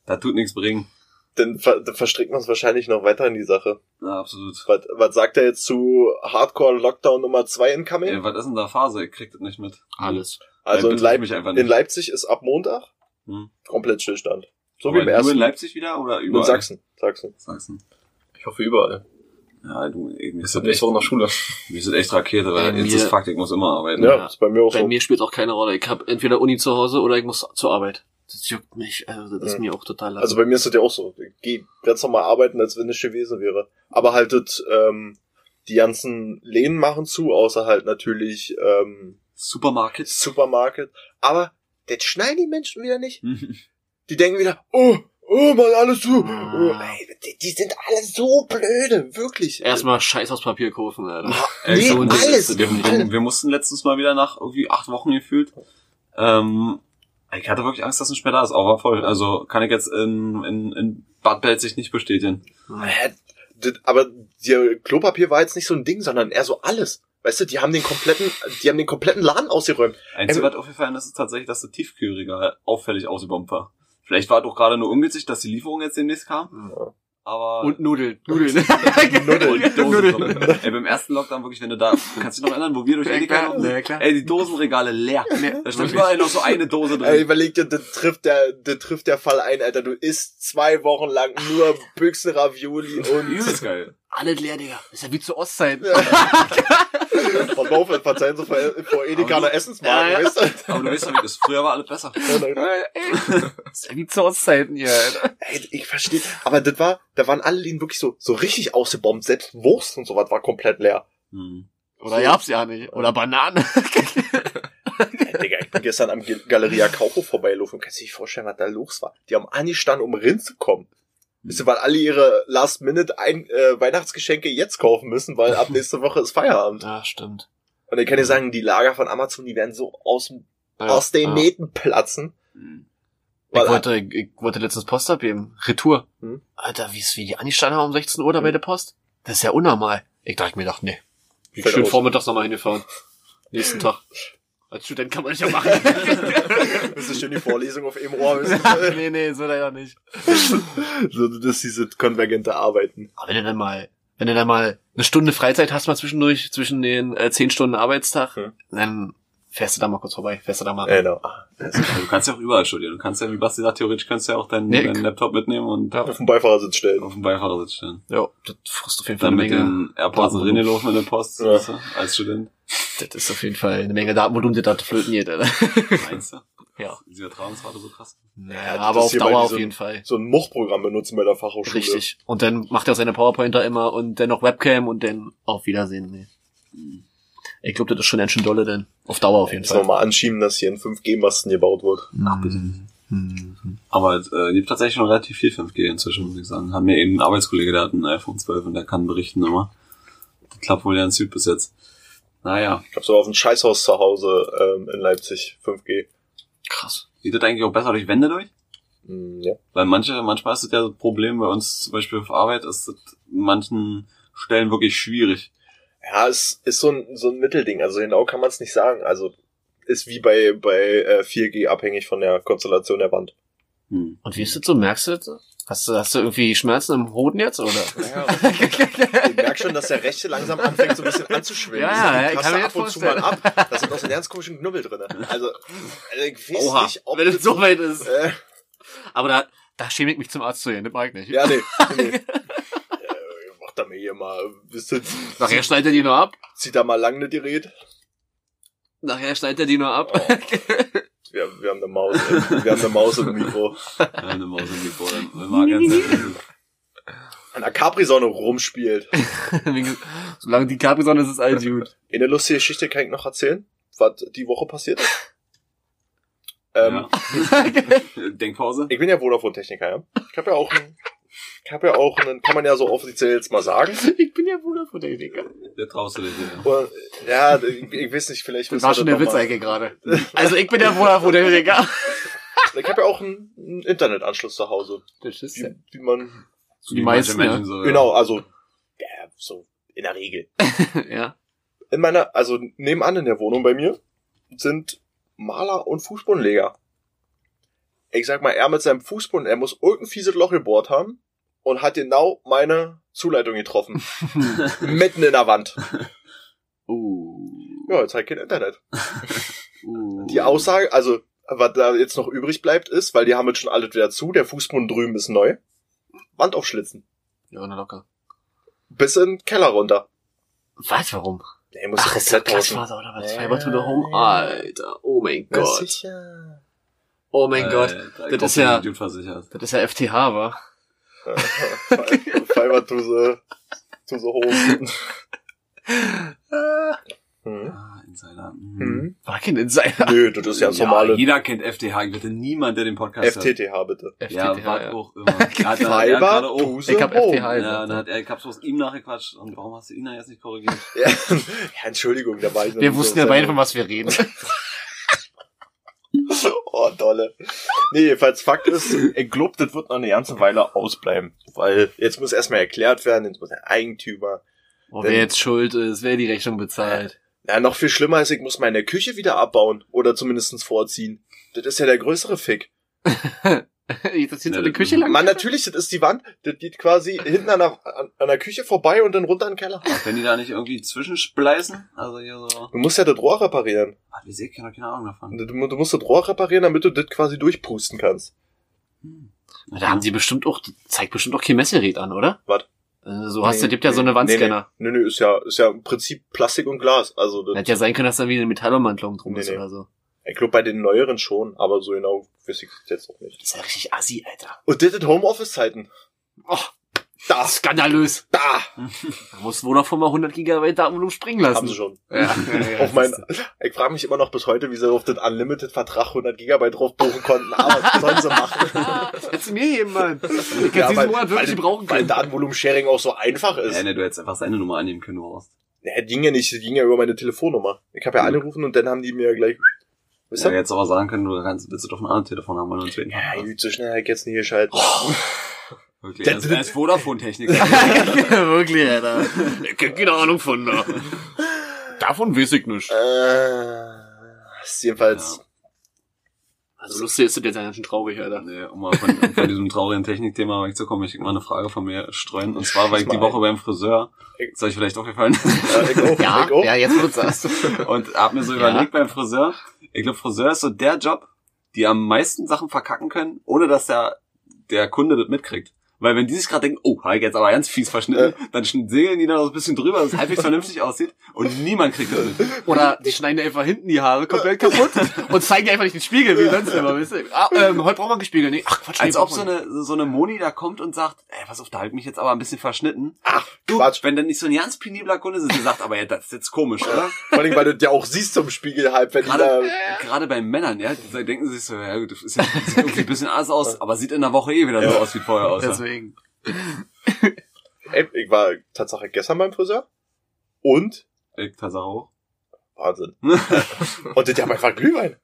[SPEAKER 2] Das tut nichts bringen.
[SPEAKER 1] Dann, ver dann verstrickt man es wahrscheinlich noch weiter in die Sache.
[SPEAKER 2] Ja, absolut.
[SPEAKER 1] Was, was sagt er jetzt zu Hardcore Lockdown Nummer 2 incoming?
[SPEAKER 2] Ey, was ist denn da Phase? Ich krieg das nicht mit.
[SPEAKER 4] Alles.
[SPEAKER 1] also
[SPEAKER 2] Nein,
[SPEAKER 1] in,
[SPEAKER 2] betrifft
[SPEAKER 1] Leip
[SPEAKER 2] mich einfach
[SPEAKER 1] in
[SPEAKER 2] nicht.
[SPEAKER 1] Leipzig ist ab Montag
[SPEAKER 2] Hm.
[SPEAKER 1] komplett Stillstand. So
[SPEAKER 2] Aber
[SPEAKER 1] wie im
[SPEAKER 2] Nur in
[SPEAKER 1] ersten.
[SPEAKER 2] Leipzig wieder
[SPEAKER 1] Nur
[SPEAKER 2] oder überall?
[SPEAKER 1] in Sachsen. Sachsen.
[SPEAKER 2] Sachsen.
[SPEAKER 3] Ich hoffe überall.
[SPEAKER 2] Ja, du, ey, mir
[SPEAKER 3] Ist
[SPEAKER 2] ist
[SPEAKER 3] ja
[SPEAKER 2] das
[SPEAKER 3] nächste
[SPEAKER 2] echt,
[SPEAKER 3] Woche nach Schule.
[SPEAKER 2] mir ist das echt Rakete, weil
[SPEAKER 4] Bei
[SPEAKER 2] jetzt
[SPEAKER 4] mir-
[SPEAKER 2] ist Fakt, ich muss immer arbeiten.
[SPEAKER 1] Ja,
[SPEAKER 4] Ja.
[SPEAKER 1] ist bei mir auch
[SPEAKER 4] Bei
[SPEAKER 1] so.
[SPEAKER 4] mir spielt auch keine Rolle. Ich habe entweder Uni zu Hause oder ich muss zur Arbeit. Das juckt mich. Also das ist
[SPEAKER 1] Ja.
[SPEAKER 4] mir auch total latte.
[SPEAKER 1] Also bei mir ist das ja auch so. Ich geh ganz normal arbeiten, als wenn es gewesen wäre. Aber halt das, ähm, die ganzen Läden machen zu, außer halt natürlich ähm,
[SPEAKER 2] Supermarket.
[SPEAKER 1] Supermarket. Aber das schneiden die Menschen wieder nicht. Die denken wieder, oh, oh, mal alles zu. Oh,
[SPEAKER 4] Ah.
[SPEAKER 1] ey, die, die sind alle so blöde, wirklich.
[SPEAKER 4] Erstmal Scheiß aus Papier kaufen, Alter.
[SPEAKER 2] Ey,
[SPEAKER 1] nee,
[SPEAKER 2] so ein-
[SPEAKER 1] alles.
[SPEAKER 2] Wir, wir, wir mussten letztens mal wieder nach irgendwie acht Wochen gefühlt. Ähm, ich hatte wirklich Angst, dass ein Sperr da ist, aber war voll. Also kann ich jetzt in, in, in Bad Belzig nicht bestätigen.
[SPEAKER 1] Hä? Äh, Das- Aber die Klopapier war jetzt nicht so ein Ding, sondern eher so alles. Weißt du, die haben den kompletten, die haben den kompletten Laden ausgeräumt.
[SPEAKER 2] Einzige,
[SPEAKER 1] Ähm,
[SPEAKER 2] was aufgefallen ist, ist tatsächlich, dass das Tiefkühlregal auffällig ausgebombt war. Vielleicht war doch gerade nur ungünstig, dass die Lieferung jetzt demnächst kam, aber...
[SPEAKER 4] Und Nudeln. Nudeln.
[SPEAKER 2] Und Dosen.
[SPEAKER 4] Nudeln.
[SPEAKER 2] Ey, beim ersten Lockdown wirklich, wenn du da... Kannst du dich noch erinnern, wo wir durch Edeka laufen?
[SPEAKER 4] Ja, klar.
[SPEAKER 2] Ey, die Dosenregale leer. Da stand überall noch so eine Dose
[SPEAKER 1] Ey,
[SPEAKER 2] drin.
[SPEAKER 1] überleg dir, das trifft der, das trifft der Fall ein, Alter. Du isst zwei Wochen lang nur Büchsenravioli um und
[SPEAKER 2] Übelst geil.
[SPEAKER 4] Alles leer, Digga. Ist ja wie zur Ostzeit.
[SPEAKER 1] Ja. Boah, Baufeld verzeihen, so vor, vor Edeka eine Essensmarke,
[SPEAKER 4] Ja, ja.
[SPEAKER 1] weißt du?
[SPEAKER 2] Aber du weißt ja, wie das früher war alles besser.
[SPEAKER 4] Das ist ja wie Zorszeiten hier, Alter.
[SPEAKER 1] Ey, ich verstehe. Aber das war, da waren alle Läden wirklich so, so richtig ausgebombt. Selbst Wurst und sowas war komplett leer.
[SPEAKER 2] Hm.
[SPEAKER 4] Oder gab's ja nicht. Oder Banane.
[SPEAKER 1] Ey, Digga, ich bin gestern am Ge- Galeria Kaucho vorbeigelaufen. Kannst du dir vorstellen, was da los war? Die haben angestanden, um Rind zu kommen. Wisst ihr, weil alle ihre Last-Minute-Weihnachtsgeschenke jetzt kaufen müssen, weil ab nächste Woche ist Feierabend.
[SPEAKER 4] Ja, stimmt.
[SPEAKER 1] Und ich kann dir sagen, die Lager von Amazon, die werden so aus, dem- aus den Nähten platzen.
[SPEAKER 4] Ich
[SPEAKER 1] Weil-
[SPEAKER 4] wollte, ich wollte letztens Post abgeben. Retour.
[SPEAKER 1] Hm?
[SPEAKER 4] Alter, wie es wie die angestanden haben um 16 Uhr da bei der Post? Das ist ja unnormal. Ich dachte mir, dachte, nee. Ich bin
[SPEAKER 1] Fällt
[SPEAKER 4] schön
[SPEAKER 1] aus.
[SPEAKER 4] vormittags nochmal hingefahren. Nächsten Tag. Als Student kann man nicht ja machen.
[SPEAKER 1] Das ist schön die Vorlesung auf eben Ohr.
[SPEAKER 4] nee, nee, so leider nicht.
[SPEAKER 1] so, das ist diese konvergente Arbeiten.
[SPEAKER 4] Aber wenn du dann mal, wenn du dann mal eine Stunde Freizeit hast mal zwischendurch, zwischen den äh, 10 Stunden Arbeitstag,
[SPEAKER 1] Hm.
[SPEAKER 4] dann fährst du da mal kurz vorbei, fährst du da mal.
[SPEAKER 1] Genau.
[SPEAKER 2] Ja, Also Du kannst ja auch überall studieren. Du kannst ja, wie Basti sagt, theoretisch kannst du ja auch deinen,
[SPEAKER 4] Nee,
[SPEAKER 2] deinen
[SPEAKER 4] ich-
[SPEAKER 2] Laptop mitnehmen und
[SPEAKER 4] Ja.
[SPEAKER 1] Auf dem Beifahrersitz stellen.
[SPEAKER 2] auf dem Beifahrersitz stellen.
[SPEAKER 4] Ja, das frisst auf jeden Fall
[SPEAKER 2] Dann
[SPEAKER 4] eine
[SPEAKER 2] mit
[SPEAKER 4] Menge.
[SPEAKER 2] den AirPods
[SPEAKER 4] Ja.
[SPEAKER 2] reingelaufen in der Post,
[SPEAKER 1] Ja.
[SPEAKER 2] weißt du, als Student.
[SPEAKER 4] Das ist auf jeden Fall eine Menge Datenvolumen, die da flöten geht, Alter.
[SPEAKER 2] Meinst du?
[SPEAKER 4] Ja.
[SPEAKER 2] Ist die Übertragungsrate so krass?
[SPEAKER 4] Naja,
[SPEAKER 1] das
[SPEAKER 4] aber
[SPEAKER 1] ist
[SPEAKER 4] auf
[SPEAKER 1] hier bei
[SPEAKER 4] Dauer auf
[SPEAKER 1] diesem-
[SPEAKER 4] jeden Fall.
[SPEAKER 1] So ein Much-Programm benutzen bei der Fachhochschule.
[SPEAKER 4] Richtig. Und dann macht er seine PowerPointer immer und dann noch Webcam und dann auf Wiedersehen. Nee. Ich glaube, das ist schon ganz schön dolle denn. Auf Dauer auf jeden
[SPEAKER 1] Hm. Jetzt
[SPEAKER 4] Fall.
[SPEAKER 1] nochmal anschieben, dass hier ein 5G-Masten gebaut wird.
[SPEAKER 4] Ach, bitte.
[SPEAKER 2] Aber es äh, gibt tatsächlich schon relativ viel 5G inzwischen, muss ich sagen. Haben mir eben ein Arbeitskollege, der hat ein iPhone 12 und der kann berichten immer. Das klappt wohl ja in Süd bis jetzt. Naja,
[SPEAKER 1] Ich habe sogar auf ein Scheißhaus zu Hause ähm, in Leipzig 5G.
[SPEAKER 4] Krass.
[SPEAKER 2] geht das eigentlich auch besser durch Wände durch?
[SPEAKER 1] Mm, ja.
[SPEAKER 2] Weil manche, manchmal ist das ja das Problem bei uns, zum Beispiel auf Arbeit, ist das in manchen Stellen wirklich schwierig.
[SPEAKER 1] ja, es ist so ein, so ein Mittelding. Also genau kann man es nicht sagen. Also ist wie bei, bei äh, 4G abhängig von der Konstellation der Wand.
[SPEAKER 2] Hm.
[SPEAKER 4] Und wie ist das so? Merkst du das? so? Hast du, hast du irgendwie Schmerzen im Hoden jetzt, oder?
[SPEAKER 1] Ich merke schon, dass der rechte langsam anfängt, so ein bisschen anzuschwimmen.
[SPEAKER 4] Ja,
[SPEAKER 1] Also, die
[SPEAKER 4] ja, ich kann
[SPEAKER 1] Taste
[SPEAKER 4] mir
[SPEAKER 1] ab
[SPEAKER 4] das
[SPEAKER 1] und zu mal ab. Da sind auch so ganz komischen Knubbel drin. Also, also, ich weiß
[SPEAKER 4] Oha,
[SPEAKER 1] nicht, ob
[SPEAKER 4] wenn es
[SPEAKER 1] das
[SPEAKER 4] so weit ist.
[SPEAKER 1] Äh,
[SPEAKER 4] Aber da, da schäme ich mich zum Arzt zu gehen, das mag ich nicht.
[SPEAKER 1] ja, nee. nee. äh, macht da mir hier mal, wisst ihr,
[SPEAKER 4] Nachher schneidet er die nur ab.
[SPEAKER 1] zieht da mal lang das Gerät.
[SPEAKER 4] Nachher schneidet er die nur ab.
[SPEAKER 1] Oh. Wir, wir haben eine Maus, ey. wir haben eine Maus im Mikro.
[SPEAKER 2] Ja, eine Maus im Mikro, dann will man ganz ehrlich.
[SPEAKER 1] An der Capri-Sonne rumspielt.
[SPEAKER 4] Solange die Capri-Sonne ist, ist alles gut.
[SPEAKER 1] Eine lustige Geschichte kann ich noch erzählen, was die Woche passiert ist. Ähm,
[SPEAKER 2] Ja.
[SPEAKER 4] Ähm.
[SPEAKER 2] Denkpause?
[SPEAKER 1] Ich bin ja Vodafone-Techniker, ja. Ich habe ja auch einen, ich habe ja auch einen, kann man ja so offiziell jetzt mal sagen.
[SPEAKER 4] Ich bin ja Bruder von der Digga.
[SPEAKER 2] Da traust du dich ja.
[SPEAKER 1] Oder, ja, ich, ich weiß nicht, vielleicht
[SPEAKER 4] Das
[SPEAKER 1] wissen
[SPEAKER 4] war
[SPEAKER 1] wir
[SPEAKER 4] schon
[SPEAKER 1] das
[SPEAKER 4] der
[SPEAKER 1] noch
[SPEAKER 4] Witz
[SPEAKER 1] mal.
[SPEAKER 4] eigentlich gerade. Also ich bin der Bruder von der Digga.
[SPEAKER 1] Ich habe ja auch einen, einen Internetanschluss zu Hause,
[SPEAKER 4] Das ist
[SPEAKER 1] wie, wie man,
[SPEAKER 2] So
[SPEAKER 4] Die
[SPEAKER 2] wie
[SPEAKER 4] meisten,
[SPEAKER 2] manche
[SPEAKER 4] ja.
[SPEAKER 2] so.
[SPEAKER 1] genau, also, ja, so, in der Regel.
[SPEAKER 4] ja.
[SPEAKER 1] in meiner, also nebenan in der Wohnung bei mir, sind Maler und Fußbodenleger. Ich sag mal, er mit seinem Fußboden, er muss irgendein fieses Loch gebohrt haben und hat genau meine Zuleitung getroffen. Mitten in der Wand.
[SPEAKER 4] Uh,
[SPEAKER 1] Ja, jetzt halt kein Internet.
[SPEAKER 4] uh.
[SPEAKER 1] Die Aussage, also, was da jetzt noch übrig bleibt, ist, weil die haben jetzt schon alles wieder zu, der Fußboden drüben ist neu. Wand aufschlitzen.
[SPEAKER 4] Ja, na locker.
[SPEAKER 1] Bis in den Keller runter.
[SPEAKER 4] Was, warum?
[SPEAKER 1] Nee, muss ich komplett tauschen.
[SPEAKER 4] oder
[SPEAKER 1] was?
[SPEAKER 4] Fiber to the home?
[SPEAKER 1] Ja.
[SPEAKER 4] Alter, oh mein
[SPEAKER 1] Na,
[SPEAKER 4] Gott.
[SPEAKER 1] sicher.
[SPEAKER 4] Oh
[SPEAKER 1] Äh.
[SPEAKER 4] mein
[SPEAKER 2] Äh,
[SPEAKER 4] Gott.
[SPEAKER 2] das
[SPEAKER 4] ist ja-
[SPEAKER 2] YouTube versichert.
[SPEAKER 4] Das ist ja FTH, wa?
[SPEAKER 1] Fiber to the, to the home. Hm.
[SPEAKER 2] Ah, Insider. Mhm.
[SPEAKER 1] Mhm.
[SPEAKER 4] War kein Insider.
[SPEAKER 1] Nö, das ist ganz
[SPEAKER 2] ja,
[SPEAKER 1] normale
[SPEAKER 2] Jeder kennt FTH. Ich bitte niemand, der den Podcast hat.
[SPEAKER 1] FTTH, bitte.
[SPEAKER 2] Ja,
[SPEAKER 4] FTTH,
[SPEAKER 2] war
[SPEAKER 4] ja.
[SPEAKER 2] auch immer. Er hat- er hat gerade
[SPEAKER 1] Fiber oh.
[SPEAKER 2] auch-
[SPEAKER 1] to the
[SPEAKER 4] Ich hab
[SPEAKER 1] home.
[SPEAKER 4] FTH.
[SPEAKER 2] Ja, dann hat er, ich hab's bloß ihm nachgequatscht. Und warum hast du ihn da jetzt nicht korrigiert?
[SPEAKER 1] Ja, ja, Entschuldigung, da war ich noch
[SPEAKER 4] Wir
[SPEAKER 1] nicht
[SPEAKER 4] wussten
[SPEAKER 1] so
[SPEAKER 4] ja beide,
[SPEAKER 1] sehr-
[SPEAKER 4] von was wir reden.
[SPEAKER 1] Oh, dolle. Nee, falls Fakt ist, ich glaube, das wird noch eine ganze Weile ausbleiben. Weil jetzt muss erstmal erklärt werden, jetzt muss der Eigentümer.
[SPEAKER 4] Oh,
[SPEAKER 1] Denn-
[SPEAKER 4] wer jetzt schuld ist, wer die Rechnung bezahlt.
[SPEAKER 1] Ja, noch viel schlimmer ist, ich muss meine Küche wieder abbauen oder zumindestens vorziehen. Das ist ja der größere Fick.
[SPEAKER 4] das hinter
[SPEAKER 2] Ja,
[SPEAKER 4] der
[SPEAKER 2] das-
[SPEAKER 4] Küche lang.
[SPEAKER 1] Mann, natürlich, das ist die Wand. Das geht quasi hinten an der, an, an der Küche vorbei und dann runter in den Keller.
[SPEAKER 2] Wenn die da nicht irgendwie zwischenspleißen? Also hier so.
[SPEAKER 1] Du musst ja das Rohr reparieren.
[SPEAKER 2] Ah, wir sehen keine Ahnung davon.
[SPEAKER 1] Du, du musst das Rohr reparieren, damit du das quasi durchpusten kannst.
[SPEAKER 2] Hm.
[SPEAKER 4] Da haben sie bestimmt auch, zeigt bestimmt auch kein Messgerät an, oder?
[SPEAKER 1] Was?
[SPEAKER 4] Äh, So hast du, gibt ja so eine Wandscanner.
[SPEAKER 1] Nee, nee, ist ja, ist ja im Prinzip Plastik und Glas. Also, das,
[SPEAKER 4] Hätte ja sein können, dass da wie eine Metallummantlung drum
[SPEAKER 1] Nee,
[SPEAKER 4] ist
[SPEAKER 1] nee.
[SPEAKER 4] oder so.
[SPEAKER 1] ich glaube bei den neueren schon, aber so genau wüsste ich es jetzt auch nicht.
[SPEAKER 4] Das ist ja richtig assi, Alter.
[SPEAKER 1] Und das sind Homeoffice-Zeiten.
[SPEAKER 4] Oh,
[SPEAKER 1] Da,
[SPEAKER 4] skandalös.
[SPEAKER 1] da,
[SPEAKER 4] Da muss Vodafone mal 100 Gigabyte Datenvolumen springen lassen.
[SPEAKER 1] haben sie schon.
[SPEAKER 4] Ja, ja, ja,
[SPEAKER 1] auf mein, ich frage mich immer noch bis heute, wie sie auf den Unlimited-Vertrag 100 Gigabyte drauf buchen konnten, aber was sollen sie machen?
[SPEAKER 4] das hättest du mir geben, Mann. Ich ja, diesen Monat wirklich
[SPEAKER 1] weil,
[SPEAKER 4] brauchen
[SPEAKER 1] weil
[SPEAKER 4] können.
[SPEAKER 1] Datenvolumen-Sharing auch so einfach ist.
[SPEAKER 2] Ja, ne, du hättest einfach seine Nummer annehmen können, Horst.
[SPEAKER 1] Naja, ging ja nicht, ging ja über meine Telefonnummer. Ich habe ja
[SPEAKER 2] Mhm.
[SPEAKER 1] angerufen und dann haben die mir gleich. Wisst
[SPEAKER 2] Ja,
[SPEAKER 1] ihr?
[SPEAKER 2] jetzt aber sagen können, du kannst, willst du doch ein anderes Telefon haben, weil du uns reden
[SPEAKER 1] Ja, gut, so schnell hab ich jetzt nicht geschaltet.
[SPEAKER 2] Wirklich,
[SPEAKER 1] Der-
[SPEAKER 2] er ist, er ist Vodafone-Techniker.
[SPEAKER 4] wirklich, Alter. Ich hab keine Ahnung von da. Davon weiß ich nicht.
[SPEAKER 1] Äh, ist jedenfalls.
[SPEAKER 4] Also lustig ist das jetzt ja ganz schön traurig, Alter.
[SPEAKER 2] Nee, um mal von, von diesem traurigen Technikthema wegzukommen, ich mal eine Frage von mir streuen. Und zwar war ich
[SPEAKER 1] Schieß
[SPEAKER 2] die
[SPEAKER 1] mal ein.
[SPEAKER 2] Woche beim Friseur, das hab ich vielleicht auch gefallen,
[SPEAKER 1] Ja, ich auch, ich auch.
[SPEAKER 4] jetzt wo du sagst.
[SPEAKER 2] und hab mir so überlegt beim Friseur, ich glaube, Friseur ist so der Job, die am meisten Sachen verkacken können, ohne dass der, der Kunde das mitkriegt. Weil wenn die sich gerade denken, oh, hab ich jetzt aber ganz fies verschnitten, dann schn- segeln die da so ein bisschen drüber, dass es halbwegs vernünftig aussieht und niemand kriegt das mit.
[SPEAKER 4] Oder die schneiden dir einfach hinten die Haare komplett kaputt und zeigen dir einfach nicht den Spiegel, wie sonst immer, weißt du? Ah, ähm, heute braucht man einen Spiegel. Nee, ach Quatsch, nee,
[SPEAKER 2] Als ob
[SPEAKER 4] braucht
[SPEAKER 2] so
[SPEAKER 4] man
[SPEAKER 2] eine, so eine Moni da kommt und sagt, ey, pass auf, da hab ich mich jetzt aber ein bisschen verschnitten.
[SPEAKER 1] Ach,
[SPEAKER 2] Du,
[SPEAKER 1] Quatsch.
[SPEAKER 2] wenn dann nicht so ein ganz penibler Kunde sitzt, der sagt, aber ja, das ist jetzt komisch, oder?
[SPEAKER 1] Vor allem, weil du ja auch siehst zum Spiegel halb, wenn die da.
[SPEAKER 2] Gerade, gerade bei Männern, ja, die
[SPEAKER 1] Mhm.
[SPEAKER 2] denken sich so, ja gut, das ist jetzt, sieht irgendwie ein bisschen anders aus, aber sieht in der Woche eh wieder so aus wie vorher
[SPEAKER 4] nicht.
[SPEAKER 2] aus. ja.
[SPEAKER 4] Deswegen.
[SPEAKER 1] Ey, ich war tatsächlich gestern beim Friseur. Und?
[SPEAKER 2] Ey, Tatsache auch.
[SPEAKER 1] Wahnsinn. und das haben einfach Glühwein.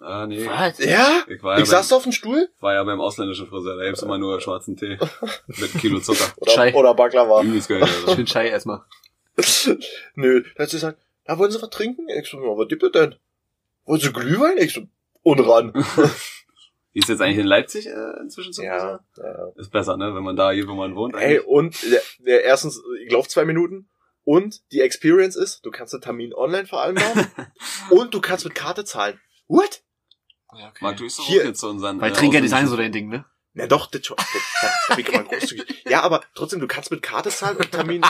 [SPEAKER 2] Ah, nee.
[SPEAKER 4] Was?
[SPEAKER 1] Ja?
[SPEAKER 2] Ich war ja,
[SPEAKER 1] ich
[SPEAKER 2] beim,
[SPEAKER 1] saß auf dem Stuhl.
[SPEAKER 2] war ja beim ausländischen Friseur, da gibt's immer nur schwarzen Tee mit einem Kilo Zucker.
[SPEAKER 1] Oder,
[SPEAKER 4] Schei.
[SPEAKER 1] oder Baklava.
[SPEAKER 2] Übelst geil, also.
[SPEAKER 4] Schön Schei erstmal.
[SPEAKER 1] Nö, da hat sie gesagt, na, wollen Sie was trinken? Ich so, na, was gibt es denn? Wollen Sie Glühwein? Ich so, und ran.
[SPEAKER 2] Die Ist jetzt eigentlich in Leipzig äh, inzwischen zum Friseur?
[SPEAKER 1] Ja, ja.
[SPEAKER 2] Ist besser, ne, wenn man da hier, wo man wohnt.
[SPEAKER 1] Ey,
[SPEAKER 2] eigentlich.
[SPEAKER 1] und der, der, erstens, ich lauf zwei Minuten und die Experience ist, du kannst den Termin online vereinbaren und du kannst mit Karte zahlen. What?
[SPEAKER 4] Ja, okay.
[SPEAKER 2] Marc, du bist doch auch
[SPEAKER 1] Hier-
[SPEAKER 2] jetzt zu unseren...
[SPEAKER 4] Weil
[SPEAKER 2] äh,
[SPEAKER 4] Trinker Design
[SPEAKER 2] ausländischen-
[SPEAKER 4] so dein Ding, ne?
[SPEAKER 1] Na doch, das schon. Das, das, das kann man großzügig. Ja, aber trotzdem, du kannst mit Karte zahlen und Termin.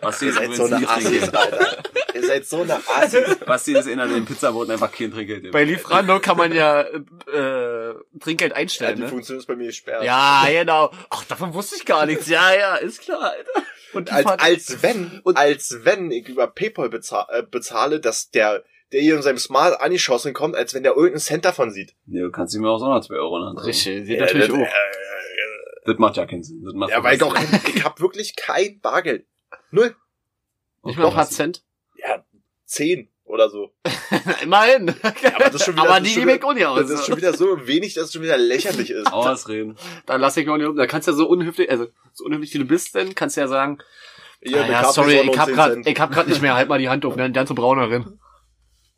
[SPEAKER 2] Was du
[SPEAKER 1] Ihr
[SPEAKER 2] jetzt
[SPEAKER 1] seid so
[SPEAKER 2] übrigens
[SPEAKER 1] eine
[SPEAKER 2] nicht
[SPEAKER 1] Assis,
[SPEAKER 2] trinkst.
[SPEAKER 1] Alter. Ihr seid so eine Assis.
[SPEAKER 2] Basti ist einer, der den Pizzaboten einfach kein Trinkgeld nimmt.
[SPEAKER 4] Bei Lieferando kann man ja äh, Trinkgeld
[SPEAKER 1] Ja,
[SPEAKER 4] einstellen,
[SPEAKER 1] die
[SPEAKER 4] ne?
[SPEAKER 1] Funktion ist bei mir gesperrt.
[SPEAKER 4] Ja, genau. Ach, davon wusste ich gar nichts. Ja, ja, ist klar, Alter. Und die
[SPEAKER 1] als,
[SPEAKER 4] Fahrt-
[SPEAKER 1] als wenn, als wenn ich über PayPal bezahl, äh, bezahle, dass der, der hier in seinem Smart angeschossen kommt, als wenn der irgendeinen Cent davon sieht.
[SPEAKER 2] Nee, du kannst ihm ja auch so noch 2 Euro nachtragen.
[SPEAKER 4] Richtig, sieht
[SPEAKER 1] Ja,
[SPEAKER 4] natürlich
[SPEAKER 1] das-
[SPEAKER 4] auch.
[SPEAKER 1] äh,
[SPEAKER 2] Das macht ja keinen Sinn. Das macht
[SPEAKER 1] Ja, weil ich auch, ich hab wirklich kein Bargeld. Null.
[SPEAKER 4] Nicht mal ein paar
[SPEAKER 2] hat
[SPEAKER 4] Cent.
[SPEAKER 1] Ja, zehn oder so.
[SPEAKER 4] Immerhin.
[SPEAKER 1] aber das ist schon wieder-
[SPEAKER 4] aber
[SPEAKER 1] das
[SPEAKER 4] die also,
[SPEAKER 1] ist schon
[SPEAKER 4] gebe ich auch nicht
[SPEAKER 1] Das ist
[SPEAKER 4] aus.
[SPEAKER 1] schon wieder so wenig, dass es schon wieder lächerlich ist.
[SPEAKER 2] Ausreden.
[SPEAKER 4] Dann lass ich auch nicht um. Dann kannst du ja so unhöflich, also so unhöflich wie du bist, dann kannst du ja sagen,
[SPEAKER 1] Hier,
[SPEAKER 4] ah,
[SPEAKER 1] eine
[SPEAKER 4] ja,
[SPEAKER 1] Kaffeesonne
[SPEAKER 4] sorry, ich
[SPEAKER 1] und
[SPEAKER 4] hab
[SPEAKER 1] 10
[SPEAKER 4] grad,
[SPEAKER 1] Cent.
[SPEAKER 4] ich hab grad nicht mehr, halt mal die Hand auf, dann zur Braunerin.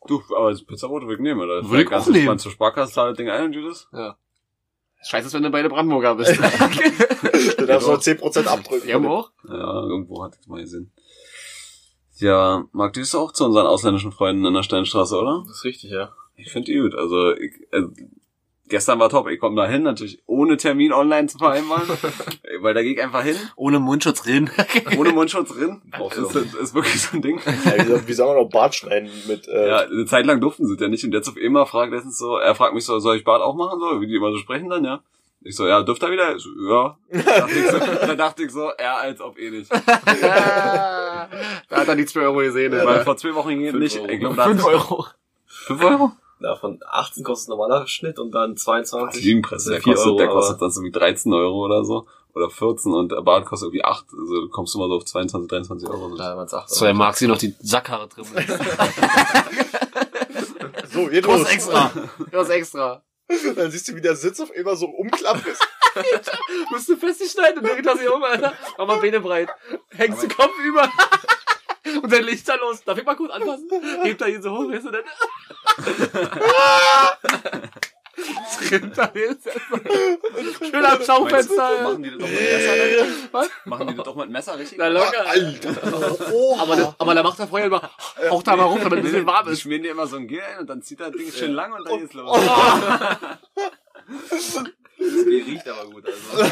[SPEAKER 2] Du, aber das Pizzabrot würde ich nehmen, oder?
[SPEAKER 4] Würde ich
[SPEAKER 2] Ganz
[SPEAKER 4] auch nehmen.
[SPEAKER 2] entspannt Zur Sparkasse zahlt das Ding ein und tschüss.
[SPEAKER 4] Scheiße, ist, wenn du beide Brandenburger bist.
[SPEAKER 1] Du darfst nur 10% abdrücken.
[SPEAKER 4] Wir haben auch.
[SPEAKER 2] Ja, irgendwo hatte ich mal gesehen. Ja, Marc, du bist auch zu unseren ausländischen Freunden in der Steinstraße, oder?
[SPEAKER 3] Das ist richtig, ja.
[SPEAKER 2] Ich finde die gut. Also, ich, äh, gestern war top. Ich komme da hin, natürlich ohne Termin online zu vereinbaren, weil da gehe ich einfach hin,
[SPEAKER 4] Ohne Mundschutz reden.
[SPEAKER 2] ohne Mundschutz drin.
[SPEAKER 3] Brauchst
[SPEAKER 2] Das
[SPEAKER 3] du
[SPEAKER 2] ist, ist wirklich so ein Ding.
[SPEAKER 1] Ja, wie soll- wie soll man noch Bart schneiden mit, äh,
[SPEAKER 2] Ja, eine Zeit lang durften sie es ja nicht. Und jetzt auf immer fragt letztens so, er fragt mich so, soll ich Bart auch machen? So, wie die immer so sprechen dann, ja. Ich so, ja, dürft er wieder? Ich so, ja. Da dachte ich so, da dachte ich so, ja, als ob eh nicht.
[SPEAKER 4] da hat er die 2 Euro gesehen.
[SPEAKER 2] Weil
[SPEAKER 4] Alter.
[SPEAKER 2] vor zwei Wochen ging es
[SPEAKER 3] Fünf
[SPEAKER 2] nicht.
[SPEAKER 3] Euro.
[SPEAKER 2] Ich glaube, da
[SPEAKER 4] Fünf Euro.
[SPEAKER 2] Fünf Euro?
[SPEAKER 3] Davon 18 kostet normaler Schnitt und dann 22.
[SPEAKER 2] Lügenpresse, der
[SPEAKER 3] vier
[SPEAKER 2] kostet, der
[SPEAKER 3] aber-
[SPEAKER 2] kostet dann so wie 13 Euro oder so. Oder 14 und der Bart kostet irgendwie 8. Also du kommst immer so auf 22, 23 Euro.
[SPEAKER 3] Da haben wir jetzt 8
[SPEAKER 4] So, er mag sie noch die Sackhaare dribbeln.
[SPEAKER 1] so, geht los.
[SPEAKER 4] Groß extra. Groß extra.
[SPEAKER 1] Dann siehst du, wie der Sitz auf immer so umklappt ist.
[SPEAKER 4] Musst du festgeschnallt und dann geht das hier um, Alter. Mach mal Beine breit. Hängst du Kopf über. Und dann liegt er los. Darf ich mal kurz anpassen? Hebt er hier so hoch, weißt du denn? Trimmt er jetzt erstmal. Schön am Schaufenster.
[SPEAKER 2] Machen die das doch mit Messer? ne?
[SPEAKER 4] Was?
[SPEAKER 2] Machen die das doch mit Messer richtig?
[SPEAKER 4] Na locker.
[SPEAKER 1] Ah, Alter. Oh,
[SPEAKER 4] Aber, das, aber da macht er vorher immer, auch da mal rum, damit ein bisschen warm
[SPEAKER 2] Die
[SPEAKER 4] ist. oh.
[SPEAKER 2] schmieren dir immer so ein Gel ein und dann zieht das Ding schön lang und dann geht's los.
[SPEAKER 3] riecht aber gut. Also.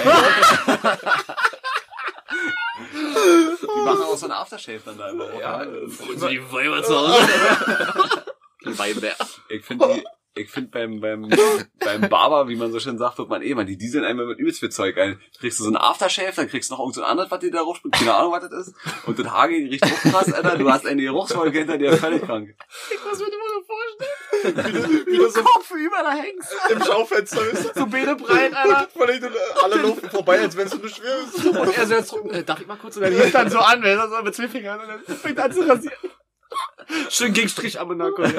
[SPEAKER 2] Die machen auch so eine Aftershave dann da immer.
[SPEAKER 3] Ja,
[SPEAKER 2] oder?
[SPEAKER 4] Und die Weiber zu Hause. Die Weiber.
[SPEAKER 2] Ich finde ich finde beim, beim, beim Barber, wie man so schön sagt, wird man eh mal, die dieseln einmal mit übelst viel Zeug ein. Kriegst du so einen Aftershave, dann kriegst du noch irgend so ein anderes, was dir da raufspringt, keine Ahnung, was das ist. Und das Hage die riecht auch krass, Alter, du hast eine Geruchswolke hinter dir, völlig krank.
[SPEAKER 4] Was würde man nur vorstellen?
[SPEAKER 1] Wie du so
[SPEAKER 4] Kopf über da hängst.
[SPEAKER 1] im Schaufenster bist.
[SPEAKER 4] So Bene breit, Alter.
[SPEAKER 1] Vielleicht und alle laufen vorbei, als wenn es nicht schwer ist.
[SPEAKER 4] Und er so jetzt rum, äh, darf ich mal kurz? Und dann nimmt dann so an, wenn er so mit zwei Fingern und dann fängt er an zu rasieren. Schön gegen Strich am Monaco. Ja.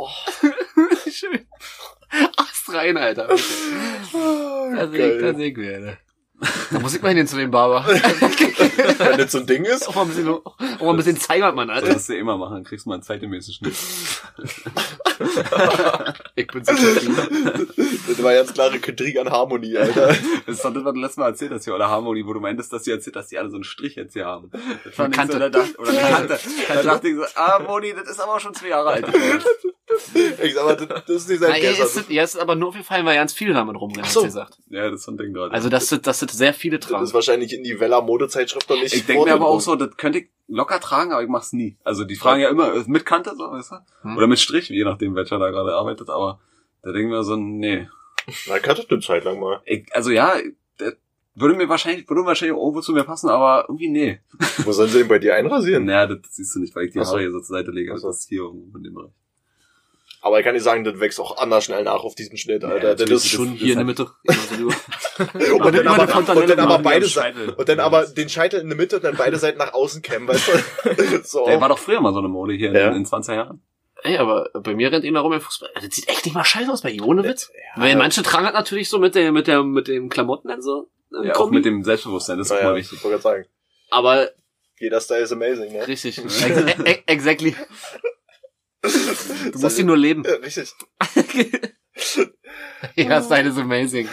[SPEAKER 1] Oh,
[SPEAKER 4] Schön. Ast rein, Alter. Da sehe ich, da
[SPEAKER 1] Ah, geil.
[SPEAKER 4] sehe ich mir, Alter. Da muss ich mal hin zu dem Barber.
[SPEAKER 1] Wenn das so ein Ding ist.
[SPEAKER 4] Auch mal ein bisschen, auch mal ein bisschen zeigert man,
[SPEAKER 2] Das
[SPEAKER 4] Alter.
[SPEAKER 2] musst du immer machen, kriegst mal einen zeitgemäßen Schnitt.
[SPEAKER 4] Ich bin so zufrieden.
[SPEAKER 1] Das war ganz klare Kritik an Harmonie, Alter.
[SPEAKER 2] Das ist doch das, was du letztes Mal erzählt hast hier, oder Harmony, wo du meintest, dass sie erzählt, dass die alle so einen Strich jetzt hier haben. Das fand ich so,
[SPEAKER 4] Kante.
[SPEAKER 2] da dachte, oder eine Kante. Da dachte ich so, ah, Moni, das ist aber schon zwei Jahre alt.
[SPEAKER 1] Ich sag mal, das das ist nicht
[SPEAKER 4] Na,
[SPEAKER 1] seit
[SPEAKER 4] ihr ist,
[SPEAKER 1] gestern.
[SPEAKER 4] das- ihr ist aber nur aufgefallen, weil ganz viele damit rumrennen,
[SPEAKER 1] Ach so.
[SPEAKER 4] so. gesagt.
[SPEAKER 2] Ja, das ist so ein Ding gerade.
[SPEAKER 4] Also, dass das, das sind sehr viele
[SPEAKER 1] Das
[SPEAKER 4] tragen.
[SPEAKER 1] ist wahrscheinlich in die Vella Modezeitschrift noch nicht.
[SPEAKER 2] Ich denke mir aber auch
[SPEAKER 1] vorgedrungen.
[SPEAKER 2] so, das könnte ich locker tragen, aber ich mach's nie. Also die fragen ja immer, ist mit Kante so, weißt du?
[SPEAKER 4] Hm.
[SPEAKER 2] Oder mit Strich, je nachdem, welcher da gerade arbeitet, aber da denken wir so, nee.
[SPEAKER 1] Na, ich hatte eine Zeit lang mal.
[SPEAKER 2] Ich, also ja, das würde mir wahrscheinlich, würde wahrscheinlich auch irgendwo zu mir passen, aber irgendwie nee.
[SPEAKER 1] Wo sollen sie denn bei dir einrasieren?
[SPEAKER 2] Naja, das siehst du nicht, weil ich die
[SPEAKER 1] Ach so.
[SPEAKER 2] Haare hier so zur Seite lege.
[SPEAKER 1] Ach so.
[SPEAKER 2] Also das ist hier irgendwo in dem Bereich.
[SPEAKER 1] Aber ich kann dir sagen, das wächst auch anders schnell nach auf diesem Schnitt, Alter.
[SPEAKER 2] Ja,
[SPEAKER 1] das
[SPEAKER 2] natürlich,
[SPEAKER 1] ist halt
[SPEAKER 4] Schon
[SPEAKER 1] das
[SPEAKER 4] hier in
[SPEAKER 1] ist
[SPEAKER 4] der Mitte. Immer so rüber.
[SPEAKER 1] halt- Und dann
[SPEAKER 4] Immer
[SPEAKER 1] aber,
[SPEAKER 4] eine Fontanelle
[SPEAKER 1] und dann aber
[SPEAKER 4] machen,
[SPEAKER 1] beide
[SPEAKER 2] am
[SPEAKER 1] Seiten.
[SPEAKER 2] Scheitel.
[SPEAKER 1] Und dann aber den Scheitel in der Mitte und dann beide Seiten nach außen kämmen, weißt du? So.
[SPEAKER 2] Der war doch früher mal so eine Mode hier
[SPEAKER 1] Ja.
[SPEAKER 2] in, in 20 Jahren.
[SPEAKER 4] Ey, aber bei mir rennt einer rum im Fußball. Also, Das sieht echt nicht mal scheiße aus bei ihm, ohne Witz. Weil manche tragen das natürlich so mit der, mit der, mit dem Klamotten dann so. im
[SPEAKER 2] Ja, auch
[SPEAKER 4] Kombi.
[SPEAKER 2] mit dem Selbstbewusstsein, das ist
[SPEAKER 1] naja,
[SPEAKER 2] mal
[SPEAKER 1] ich
[SPEAKER 2] wichtig.
[SPEAKER 1] wollte gerade sagen.
[SPEAKER 4] aber
[SPEAKER 1] Jeder Style ist amazing, ne?
[SPEAKER 4] richtig. Ex ex- exactly. Du musst ihn nur leben.
[SPEAKER 1] Ja, richtig.
[SPEAKER 4] ja, Style is amazing.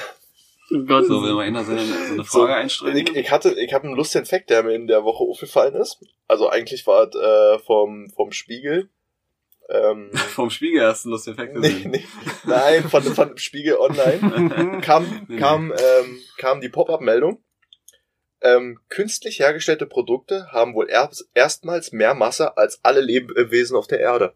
[SPEAKER 4] Oh Gott.
[SPEAKER 2] So, wenn wir einer so eine, so eine Frage einstreuen.
[SPEAKER 1] Ich, ich hatte, ich habe einen lustigen Fact, der mir in der Woche aufgefallen ist. Also eigentlich war es äh, vom, vom Spiegel. Ähm,
[SPEAKER 2] Vom Spiegel ersten Lust Effekt
[SPEAKER 1] nee, nee, nein, von, von dem Spiegel online kam,
[SPEAKER 2] Nee,
[SPEAKER 1] kam, ähm, kam die Pop-Up-Meldung. Ähm, künstlich hergestellte Produkte haben wohl erst, erstmals mehr Masse als alle Lebewesen auf der Erde.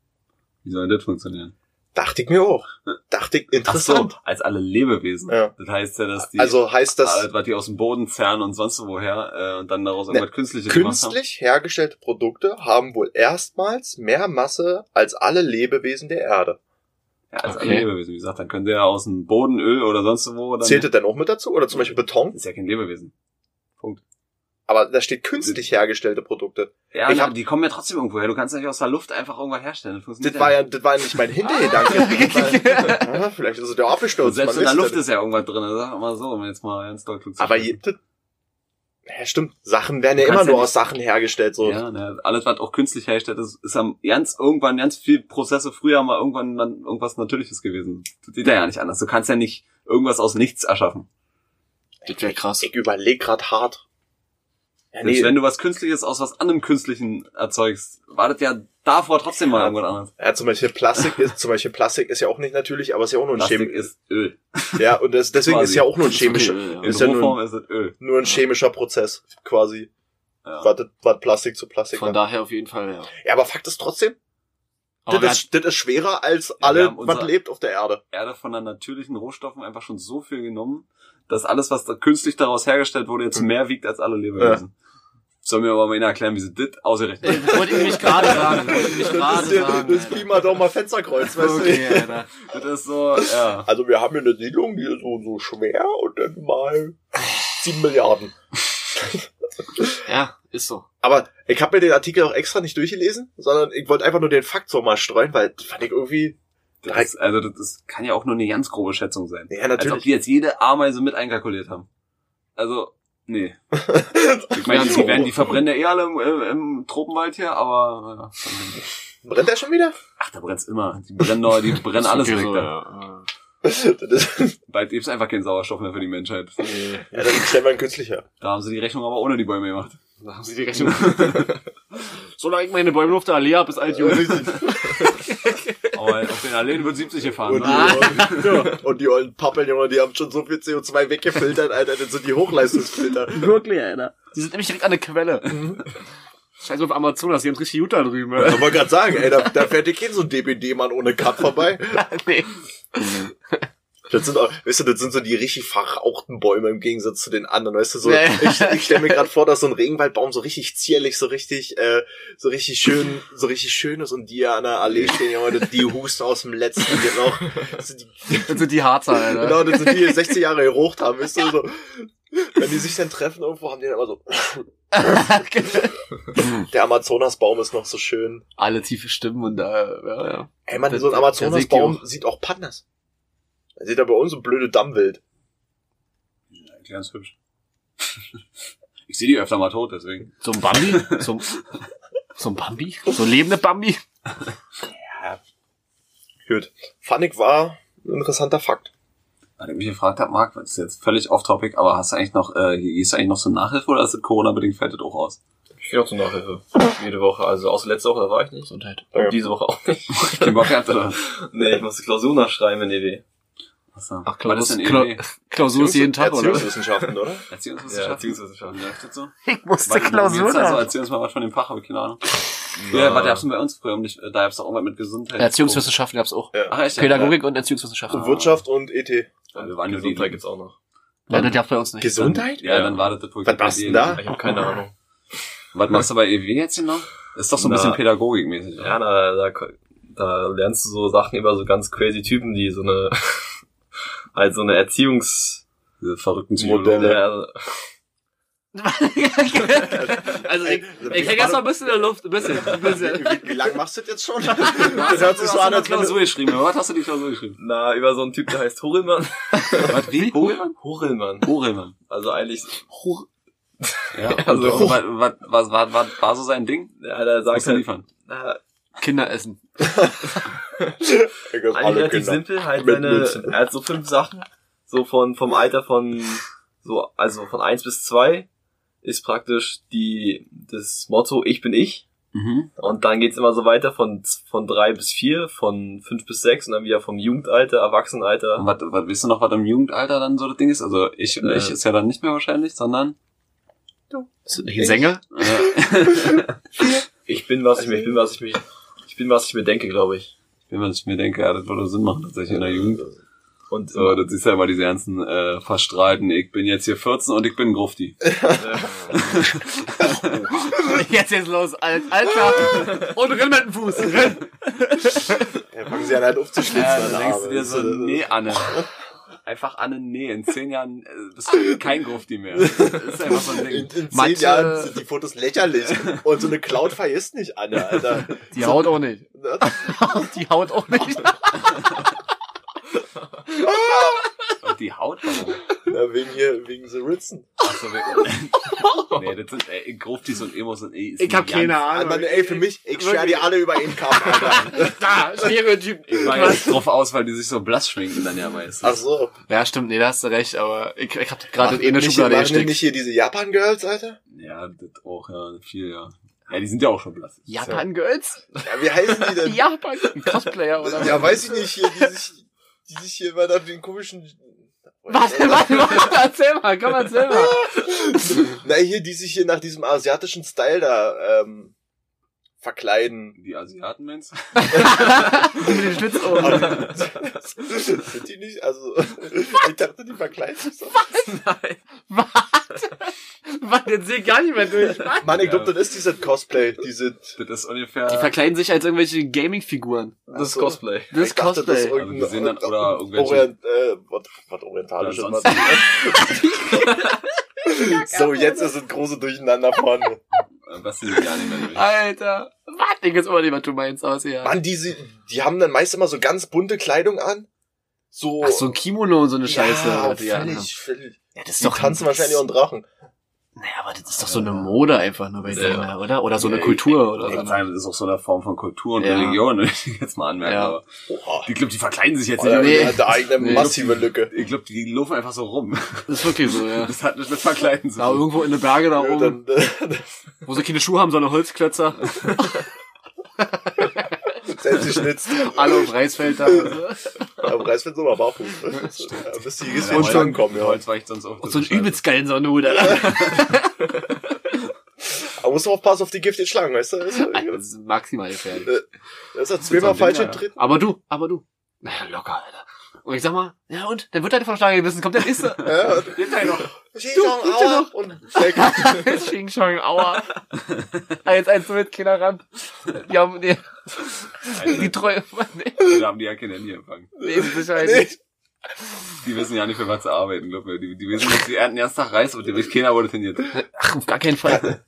[SPEAKER 2] Wie soll das funktionieren?
[SPEAKER 1] Dachte ich mir auch. Dachte ich
[SPEAKER 2] Ach so,
[SPEAKER 1] interessant.
[SPEAKER 2] als alle Lebewesen.
[SPEAKER 1] Ja.
[SPEAKER 2] Das heißt ja, dass die
[SPEAKER 1] also heißt das
[SPEAKER 2] alles, was die aus dem Boden zerren und sonst woher äh, und dann daraus
[SPEAKER 1] Ne,
[SPEAKER 2] irgendwas Künstliches gemacht
[SPEAKER 1] Künstlich hergestellte Produkte haben wohl erstmals mehr Masse als alle Lebewesen der Erde.
[SPEAKER 2] haben. Ja, als alle
[SPEAKER 4] Okay.
[SPEAKER 2] Lebewesen, wie gesagt, dann können sie ja aus dem Boden Öl oder sonst wo dann
[SPEAKER 1] Zählt das denn auch mit dazu? Oder zum Beispiel Beton?
[SPEAKER 2] ist ja kein Lebewesen.
[SPEAKER 1] Aber da steht künstlich hergestellte Produkte.
[SPEAKER 2] Ja,
[SPEAKER 1] Ich
[SPEAKER 2] na,
[SPEAKER 1] hab-
[SPEAKER 2] die kommen ja trotzdem irgendwo her. Du kannst ja nicht aus der Luft einfach irgendwas herstellen. Das funktioniert
[SPEAKER 1] Das war ja, das war ja nicht mein Hintergedanke. Ah, Vielleicht ist es ja
[SPEAKER 2] nicht. und
[SPEAKER 1] abgestürzt.
[SPEAKER 2] selbst
[SPEAKER 1] man
[SPEAKER 2] in der
[SPEAKER 1] wisst
[SPEAKER 2] Luft
[SPEAKER 1] es.
[SPEAKER 2] ist ja irgendwas drin, sag mal so, um jetzt mal ganz doll klug zu
[SPEAKER 1] Aber je,
[SPEAKER 2] sprechen.
[SPEAKER 1] das, ja, stimmt. Sachen werden ja
[SPEAKER 2] Du
[SPEAKER 1] immer
[SPEAKER 2] kannst
[SPEAKER 1] nur
[SPEAKER 2] ja
[SPEAKER 1] aus Sachen hergestellt. So.
[SPEAKER 2] Ja, ne, alles, was auch künstlich hergestellt ist, ist am ganz irgendwann ganz viel Prozesse früher mal irgendwann dann irgendwas Natürliches gewesen. Das geht ja, ja nicht anders. Du kannst ja nicht irgendwas aus nichts erschaffen.
[SPEAKER 4] Das wäre krass.
[SPEAKER 1] Ich überlege gerade hart. Ja,
[SPEAKER 2] Selbst
[SPEAKER 1] nee,
[SPEAKER 2] wenn du was Künstliches aus was anderem Künstlichen erzeugst, wartet ja davor trotzdem mal
[SPEAKER 1] Ja.
[SPEAKER 2] irgendwas anderes.
[SPEAKER 1] ja, zum Beispiel Plastik ist, zum Beispiel Plastik ist ja auch nicht natürlich, aber ist ja auch nur ein
[SPEAKER 2] Plastik
[SPEAKER 1] chemischer.
[SPEAKER 2] ist Öl.
[SPEAKER 1] Ja, und das, deswegen
[SPEAKER 2] Quasi.
[SPEAKER 1] ist ja auch nur ein chemischer,
[SPEAKER 4] Ja,
[SPEAKER 2] In
[SPEAKER 1] Ist ja nur-
[SPEAKER 2] Rohform ist es Öl.
[SPEAKER 1] nur ein chemischer Prozess, quasi.
[SPEAKER 2] Ja.
[SPEAKER 1] Was, was Plastik zu Plastik
[SPEAKER 4] Von
[SPEAKER 1] macht.
[SPEAKER 4] daher auf jeden Fall, ja.
[SPEAKER 1] Ja, aber Fakt ist trotzdem,
[SPEAKER 4] Aber
[SPEAKER 1] das ist, das ist schwerer als
[SPEAKER 2] wir
[SPEAKER 1] alle,
[SPEAKER 2] haben unser-
[SPEAKER 1] was lebt auf der Erde.
[SPEAKER 2] Erde von den natürlichen Rohstoffen einfach schon so viel genommen, dass alles, was da künstlich daraus hergestellt wurde,
[SPEAKER 4] Hm.
[SPEAKER 2] jetzt mehr wiegt als alle Lebewesen. Soll mir aber mal einer erklären, wie sie das ausgerechnet haben.
[SPEAKER 4] wer- wollte ich mich gerade sagen. Wollte ich mich
[SPEAKER 1] Das
[SPEAKER 4] gerade
[SPEAKER 1] ist, ja-
[SPEAKER 4] sagen.
[SPEAKER 1] das ist wie
[SPEAKER 4] Alter.
[SPEAKER 1] mal doch mal Fensterkreuz, weißt
[SPEAKER 4] Okay,
[SPEAKER 1] du.
[SPEAKER 4] Alter.
[SPEAKER 2] Das ist so, ja.
[SPEAKER 1] Also wir haben hier eine Siedlung, die ist so, so schwer und dann mal sieben Milliarden.
[SPEAKER 4] Ja, ist so.
[SPEAKER 1] Aber ich habe mir den Artikel auch extra nicht durchgelesen, sondern ich wollte einfach nur den Fakt so mal streuen, weil das fand ich irgendwie,
[SPEAKER 2] Das ist, also das ist, kann ja auch nur eine ganz grobe Schätzung sein.
[SPEAKER 1] ja
[SPEAKER 2] Als ob
[SPEAKER 1] natürlich,
[SPEAKER 2] die jetzt jede Ameise mit einkalkuliert haben. Also, nee. Ich meine, die, werden, die verbrennen ja eh alle im, im, im Tropenwald hier, aber ja.
[SPEAKER 4] Also-
[SPEAKER 1] brennt der schon wieder?
[SPEAKER 2] ach, da brennt's immer. Die brennen doch, die brennen
[SPEAKER 4] Ist
[SPEAKER 2] alles
[SPEAKER 4] okay
[SPEAKER 2] weg.
[SPEAKER 4] so,
[SPEAKER 2] da.
[SPEAKER 4] ja.
[SPEAKER 1] Das ist,
[SPEAKER 2] Bald gibt's einfach keinen Sauerstoff mehr für die Menschheit.
[SPEAKER 4] Nee.
[SPEAKER 1] ja, dann stellen wir einen künstlicher.
[SPEAKER 2] Da haben sie die Rechnung aber ohne die Bäume gemacht.
[SPEAKER 4] Da haben sie die Rechnung. Solange ich meine Bäume auf der Allee habe, ist alt Jung.
[SPEAKER 1] Richtig.
[SPEAKER 2] Jawohl, auf den Alleen wird 70 gefahren.
[SPEAKER 1] Und die,
[SPEAKER 2] Ne?
[SPEAKER 4] Ah.
[SPEAKER 1] ollen, und die ollen Pappeln, Junge, die haben schon so viel CO2 weggefiltert, Alter, das sind die Hochleistungsfilter.
[SPEAKER 4] Ah, Wirklich, Alter. Die sind nämlich direkt an der Quelle. Scheiß auf Amazonas, die haben richtig gut da drüben.
[SPEAKER 1] Ich wollte gerade sagen, ey, da, da fährt dir kein so ein DBD-Mann ohne Cut vorbei.
[SPEAKER 4] nee.
[SPEAKER 1] Das sind auch, weißt du, das sind so die richtig verrauchten Bäume im Gegensatz zu den anderen, weißt du, so,
[SPEAKER 4] Ja, ja.
[SPEAKER 1] ich, ich stelle mir gerade vor, dass so ein Regenwaldbaum so richtig zierlich, so richtig, äh, so richtig schön, so richtig schön ist und die ja an der Allee stehen, ja, Leute, die husten aus dem letzten Loch. Das sind die,
[SPEAKER 4] Das sind die Harzer, Alter.
[SPEAKER 1] genau, das sind die, die 60 Jahre gerucht haben, weißt du, so. Wenn die sich dann treffen irgendwo, haben die dann immer so, der Amazonasbaum ist noch so schön.
[SPEAKER 4] Alle tiefe Stimmen und äh, ja, ja.
[SPEAKER 1] Ey, man,
[SPEAKER 4] Der-
[SPEAKER 1] so ein
[SPEAKER 4] der- der
[SPEAKER 1] Amazonasbaum sieht auch Pandas. Er sieht ja bei uns so blöde Dammwild.
[SPEAKER 2] Ganz hübsch. Ich sehe die öfter mal tot, deswegen.
[SPEAKER 4] So ein Bambi? So, ein- so ein Bambi? So lebende Bambi?
[SPEAKER 1] Gut. Funnig war ein interessanter Fakt.
[SPEAKER 2] Weil ich mich gefragt habe, Marc, das ist jetzt völlig off-topic, aber hast du eigentlich noch, äh, gehst du eigentlich noch zur Nachhilfe oder ist das Corona-bedingt fällt das auch aus?
[SPEAKER 3] Ich gehe auch zur Nachhilfe. Jede Woche. Also außer letzte Woche da war ich nicht.
[SPEAKER 4] Gesundheit.
[SPEAKER 1] Ja.
[SPEAKER 3] Und diese Woche auch nicht.
[SPEAKER 2] Den Bock gehabt oder? was?
[SPEAKER 3] Nee, ich musste Klausur nachschreiben in E EW.
[SPEAKER 2] Achso.
[SPEAKER 4] Ach,
[SPEAKER 2] War das
[SPEAKER 4] Klaus-
[SPEAKER 2] denn
[SPEAKER 4] Kla-
[SPEAKER 2] irgendwie
[SPEAKER 4] Klausur ist jeden Tag, oder?
[SPEAKER 1] Erziehungswissenschaften, oder?
[SPEAKER 2] Erziehungswissenschaft?
[SPEAKER 3] Ja, Erziehungswissenschaften.
[SPEAKER 2] Läuft das so?
[SPEAKER 4] Ich musste
[SPEAKER 2] Warte, Klausuren. Also, erzähl uns mal was von dem Fach, habe ich keine Ahnung. Früher, warte, hab's denn bei uns früher, um nicht, da hab's auch irgendwas mit Gesundheit. Oh.
[SPEAKER 4] Erziehungswissenschaften gab's auch.
[SPEAKER 2] Ach, echt?
[SPEAKER 4] Pädagogik und
[SPEAKER 1] Und
[SPEAKER 4] Erziehungswissenschaften.
[SPEAKER 1] Wirtschaft und E ET.
[SPEAKER 2] Ja, wir waren nur die-
[SPEAKER 3] Gesundheit gibt's auch noch.
[SPEAKER 4] Ja, das gab's bei uns nicht.
[SPEAKER 1] Gesundheit?
[SPEAKER 2] Ja, dann war das das wohl
[SPEAKER 1] Was
[SPEAKER 2] bei
[SPEAKER 1] machst
[SPEAKER 2] dir.
[SPEAKER 1] denn da?
[SPEAKER 3] Ich habe keine Ahnung.
[SPEAKER 2] Was machst du bei EW jetzt genau? Ist doch so ein
[SPEAKER 3] Na.
[SPEAKER 2] bisschen pädagogikmäßig.
[SPEAKER 3] Ja, da, da, da lernst du so Sachen über so ganz crazy Typen, die so eine halt so eine Erziehungs
[SPEAKER 2] Diese verrückten
[SPEAKER 1] Modelle.
[SPEAKER 2] Modelle.
[SPEAKER 3] Ja,
[SPEAKER 4] also ich, ich häng erst mal ein bisschen in der Luft, ein bisschen. Ein bisschen.
[SPEAKER 1] Wie, wie lange machst du das jetzt schon? Das hört sich so an, als wenn du...
[SPEAKER 2] Klausur geschrieben. Über Was hast du die Klausur geschrieben?
[SPEAKER 3] na, über so einen Typ, der heißt Horelmann.
[SPEAKER 2] Was, wie? Horelmann?
[SPEAKER 3] Horelmann.
[SPEAKER 2] Horelmann.
[SPEAKER 3] Also eigentlich,
[SPEAKER 4] Hoch.
[SPEAKER 2] Ja,
[SPEAKER 3] also-
[SPEAKER 2] also, was, was, was, war- war- war so sein Ding?
[SPEAKER 3] ja, der sagt
[SPEAKER 2] Musst du
[SPEAKER 3] halt,
[SPEAKER 2] liefern.
[SPEAKER 3] na,
[SPEAKER 4] Kinder essen.
[SPEAKER 1] Ich glaub,
[SPEAKER 3] eigentlich
[SPEAKER 1] alle
[SPEAKER 3] relativ
[SPEAKER 1] Kinder.
[SPEAKER 3] simpel, halt
[SPEAKER 1] Mit
[SPEAKER 3] seine,
[SPEAKER 1] Mützen.
[SPEAKER 3] er hat so fünf Sachen, so von, vom Alter von, so, also von eins bis zwei ist praktisch die, das Motto, ich bin ich.
[SPEAKER 2] Mhm.
[SPEAKER 3] Und dann geht's immer so weiter von, von drei bis vier, von fünf bis sechs und dann wieder vom Jugendalter,
[SPEAKER 2] Und
[SPEAKER 3] Erwachsenenalter.
[SPEAKER 2] was, was, weißt du noch, was im Jugendalter dann so das Ding ist? Also, ich,
[SPEAKER 3] Äh.
[SPEAKER 2] ich ist ja dann nicht mehr wahrscheinlich, sondern,
[SPEAKER 4] Ist das nicht ein Sänger?
[SPEAKER 2] äh,
[SPEAKER 3] Ich bin, was ich mir, ich bin, was ich mir, ich bin, was ich mir denke, glaube ich.
[SPEAKER 2] wenn man sich mir denke, ja, das würde Sinn machen, tatsächlich in der Jugend.
[SPEAKER 3] Und äh,
[SPEAKER 2] So, das ist ja immer diese ganzen, äh, verstrahlten, ich bin jetzt hier 14 und ich bin Grufti.
[SPEAKER 3] äh,
[SPEAKER 4] Jetzt jetzt los, alt, Alter. Und renn mit dem Fuß. Renn.
[SPEAKER 1] Ja, fangen sie an, halt aufzuschlitzen.
[SPEAKER 2] Ja,
[SPEAKER 1] an der
[SPEAKER 2] dann denkst du dir
[SPEAKER 1] Arbeit.
[SPEAKER 2] so, nee, Anne. Einfach Anne, nee, in zehn Jahren äh, bist du kein Grufti mehr. Das ist einfach so
[SPEAKER 1] In,
[SPEAKER 2] ein Ding.
[SPEAKER 1] in zehn
[SPEAKER 4] Mathe-
[SPEAKER 1] Jahren sind die Fotos lächerlich. Und so eine Cloud vergisst nicht Anne, Alter.
[SPEAKER 4] Die haut auch nicht.
[SPEAKER 1] Ne?
[SPEAKER 4] Die haut auch nicht.
[SPEAKER 2] Und die Haut, warum?
[SPEAKER 1] Na, wegen hier, wegen The Ritzen.
[SPEAKER 2] Achso, Also wir- nee, das äh, sind, ey, Gruftis und Emos und ey, ist
[SPEAKER 4] Ich hab
[SPEAKER 2] ein
[SPEAKER 4] keine
[SPEAKER 2] ganz-
[SPEAKER 1] Mann,
[SPEAKER 4] Ahnung.
[SPEAKER 1] ey, für mich, ich scher die alle über einen Kamm, Alter.
[SPEAKER 4] Da, Ah, Stereotyp.
[SPEAKER 2] Ich war jetzt drauf aus, weil die sich so blass schminken dann ja meistens.
[SPEAKER 1] Ach so.
[SPEAKER 4] Ja, stimmt, nee, da hast du recht, aber ich, ich hab das gerade
[SPEAKER 1] Machen
[SPEAKER 4] in eine
[SPEAKER 1] nicht-
[SPEAKER 4] Schublade
[SPEAKER 1] machen die nicht
[SPEAKER 4] gesteckt.
[SPEAKER 1] hier diese Japan-Girls, Alter?
[SPEAKER 2] Ja, das auch, ja, viel, ja. Ja, die sind ja auch schon blass.
[SPEAKER 4] Japan Girls?
[SPEAKER 1] Ja, wie heißen die denn?
[SPEAKER 4] Japan Äh, Cosplayer oder
[SPEAKER 1] Ja, weiß ich nicht, hier, die sich, die sich hier immer da den komischen.
[SPEAKER 4] Warte, warte, warte, erzähl mal, komm, erzähl mal.
[SPEAKER 1] Na, hier, die sich hier nach diesem asiatischen Style da ähm, verkleiden.
[SPEAKER 2] Die Asiaten, meinst du?
[SPEAKER 4] Mit den Schlitzohren.
[SPEAKER 1] Sind die nicht? Also, ich dachte, die verkleiden sich so.
[SPEAKER 4] Warte, jetzt seh ich gar nicht mehr durch.
[SPEAKER 1] Mann, ich glaube, das ist dieses Cosplay, diese.
[SPEAKER 2] Das ist ungefähr...
[SPEAKER 4] Die verkleiden sich als irgendwelche Gaming-Figuren.
[SPEAKER 3] das ist Cosplay.
[SPEAKER 4] Das ist
[SPEAKER 1] ich dachte, das ist
[SPEAKER 4] Cosplay.
[SPEAKER 1] irgendein-
[SPEAKER 2] Also, die sehen dann- oder irgendwelche-
[SPEAKER 1] Orient, äh, was, was
[SPEAKER 2] Oder
[SPEAKER 1] orientalisches.
[SPEAKER 2] sonst
[SPEAKER 1] was. So, jetzt ist ein große Durcheinander vorne.
[SPEAKER 2] Äh, Was sind die
[SPEAKER 4] Ah,
[SPEAKER 2] Anime?
[SPEAKER 4] Alter. Warte, ich jetzt immer nicht, was du meinst, aber ist ja.
[SPEAKER 1] Mann, die, sie- die haben dann meist immer so ganz bunte Kleidung an. So.
[SPEAKER 4] Ach, so ein Kimono und so eine Scheiße. genau.
[SPEAKER 1] Ja,
[SPEAKER 4] was die anhaben.
[SPEAKER 1] völlig, völlig.
[SPEAKER 4] Ja, das
[SPEAKER 1] Die tanzen wahrscheinlich auch einen Drachen.
[SPEAKER 4] Naja, aber das ist doch so eine Mode einfach nur bei
[SPEAKER 3] Ja.
[SPEAKER 4] denen, oder? Oder so eine
[SPEAKER 2] Ja,
[SPEAKER 4] Kultur oder
[SPEAKER 2] Äh, Ich
[SPEAKER 4] so. ne?
[SPEAKER 2] würde sagen, das ist auch so eine Form von Kultur und
[SPEAKER 4] Ja.
[SPEAKER 2] Religion, würde ich jetzt mal anmerken.
[SPEAKER 4] Ja.
[SPEAKER 2] Aber
[SPEAKER 1] Oha.
[SPEAKER 2] die, ich glaube, die verkleiden sich jetzt
[SPEAKER 1] Alter,
[SPEAKER 2] nicht.
[SPEAKER 4] Nee.
[SPEAKER 1] da- Da eigentlich eine
[SPEAKER 4] Nee.
[SPEAKER 1] massive Lücke.
[SPEAKER 2] Ich glaube, die laufen einfach so rum.
[SPEAKER 4] Das ist wirklich so, ja.
[SPEAKER 2] Das hat nicht mit Verkleiden zu
[SPEAKER 4] Da
[SPEAKER 2] tun.
[SPEAKER 4] irgendwo in den Bergen da
[SPEAKER 1] Ja,
[SPEAKER 4] oben,
[SPEAKER 1] dann, äh,
[SPEAKER 4] wo sie keine Schuhe haben, sondern Holzklötzer.
[SPEAKER 1] Selbst geschnitzt.
[SPEAKER 4] Alle auf Reisfeld da.
[SPEAKER 1] Aber Reis wird so mal barfuß. Ja, Bis die bis die
[SPEAKER 2] Holz-
[SPEAKER 1] Stunden kommen, ja.
[SPEAKER 2] Holz weicht sonst auf.
[SPEAKER 4] Und so einen übelst geilen Sonnenhut.
[SPEAKER 1] Aber musst du aufpassen auf die giftigen Schlangen, weißt du? Das
[SPEAKER 4] Das
[SPEAKER 1] ist-
[SPEAKER 4] ist maximal gefährlich.
[SPEAKER 1] Das hat zweimal falsch
[SPEAKER 2] Ding, ja.
[SPEAKER 1] getreten.
[SPEAKER 4] Aber du, aber du. Naja, locker, Alter. Und ich sag mal, ja und? Dann wird deine Verschlagen gebissen, kommt der nächste.
[SPEAKER 1] Ja, und-
[SPEAKER 2] Geht da noch.
[SPEAKER 1] Schieß noch,
[SPEAKER 4] gibt's ja
[SPEAKER 1] aua,
[SPEAKER 4] noch.
[SPEAKER 1] und weg.
[SPEAKER 4] Xing Chong, aua. 1-1 mit, keiner ran. Die haben, die, die Treue, nee,
[SPEAKER 2] Da haben die ja kein Handy empfangen.
[SPEAKER 4] nee, Bescheid.
[SPEAKER 1] Nee.
[SPEAKER 4] nicht.
[SPEAKER 2] Die wissen ja nicht, für was sie arbeiten, glaub mir. Die, die wissen, dass sie ernten den ersten Tag Reis und die keiner wurde trainiert.
[SPEAKER 4] Ach, auf gar keinen Fall.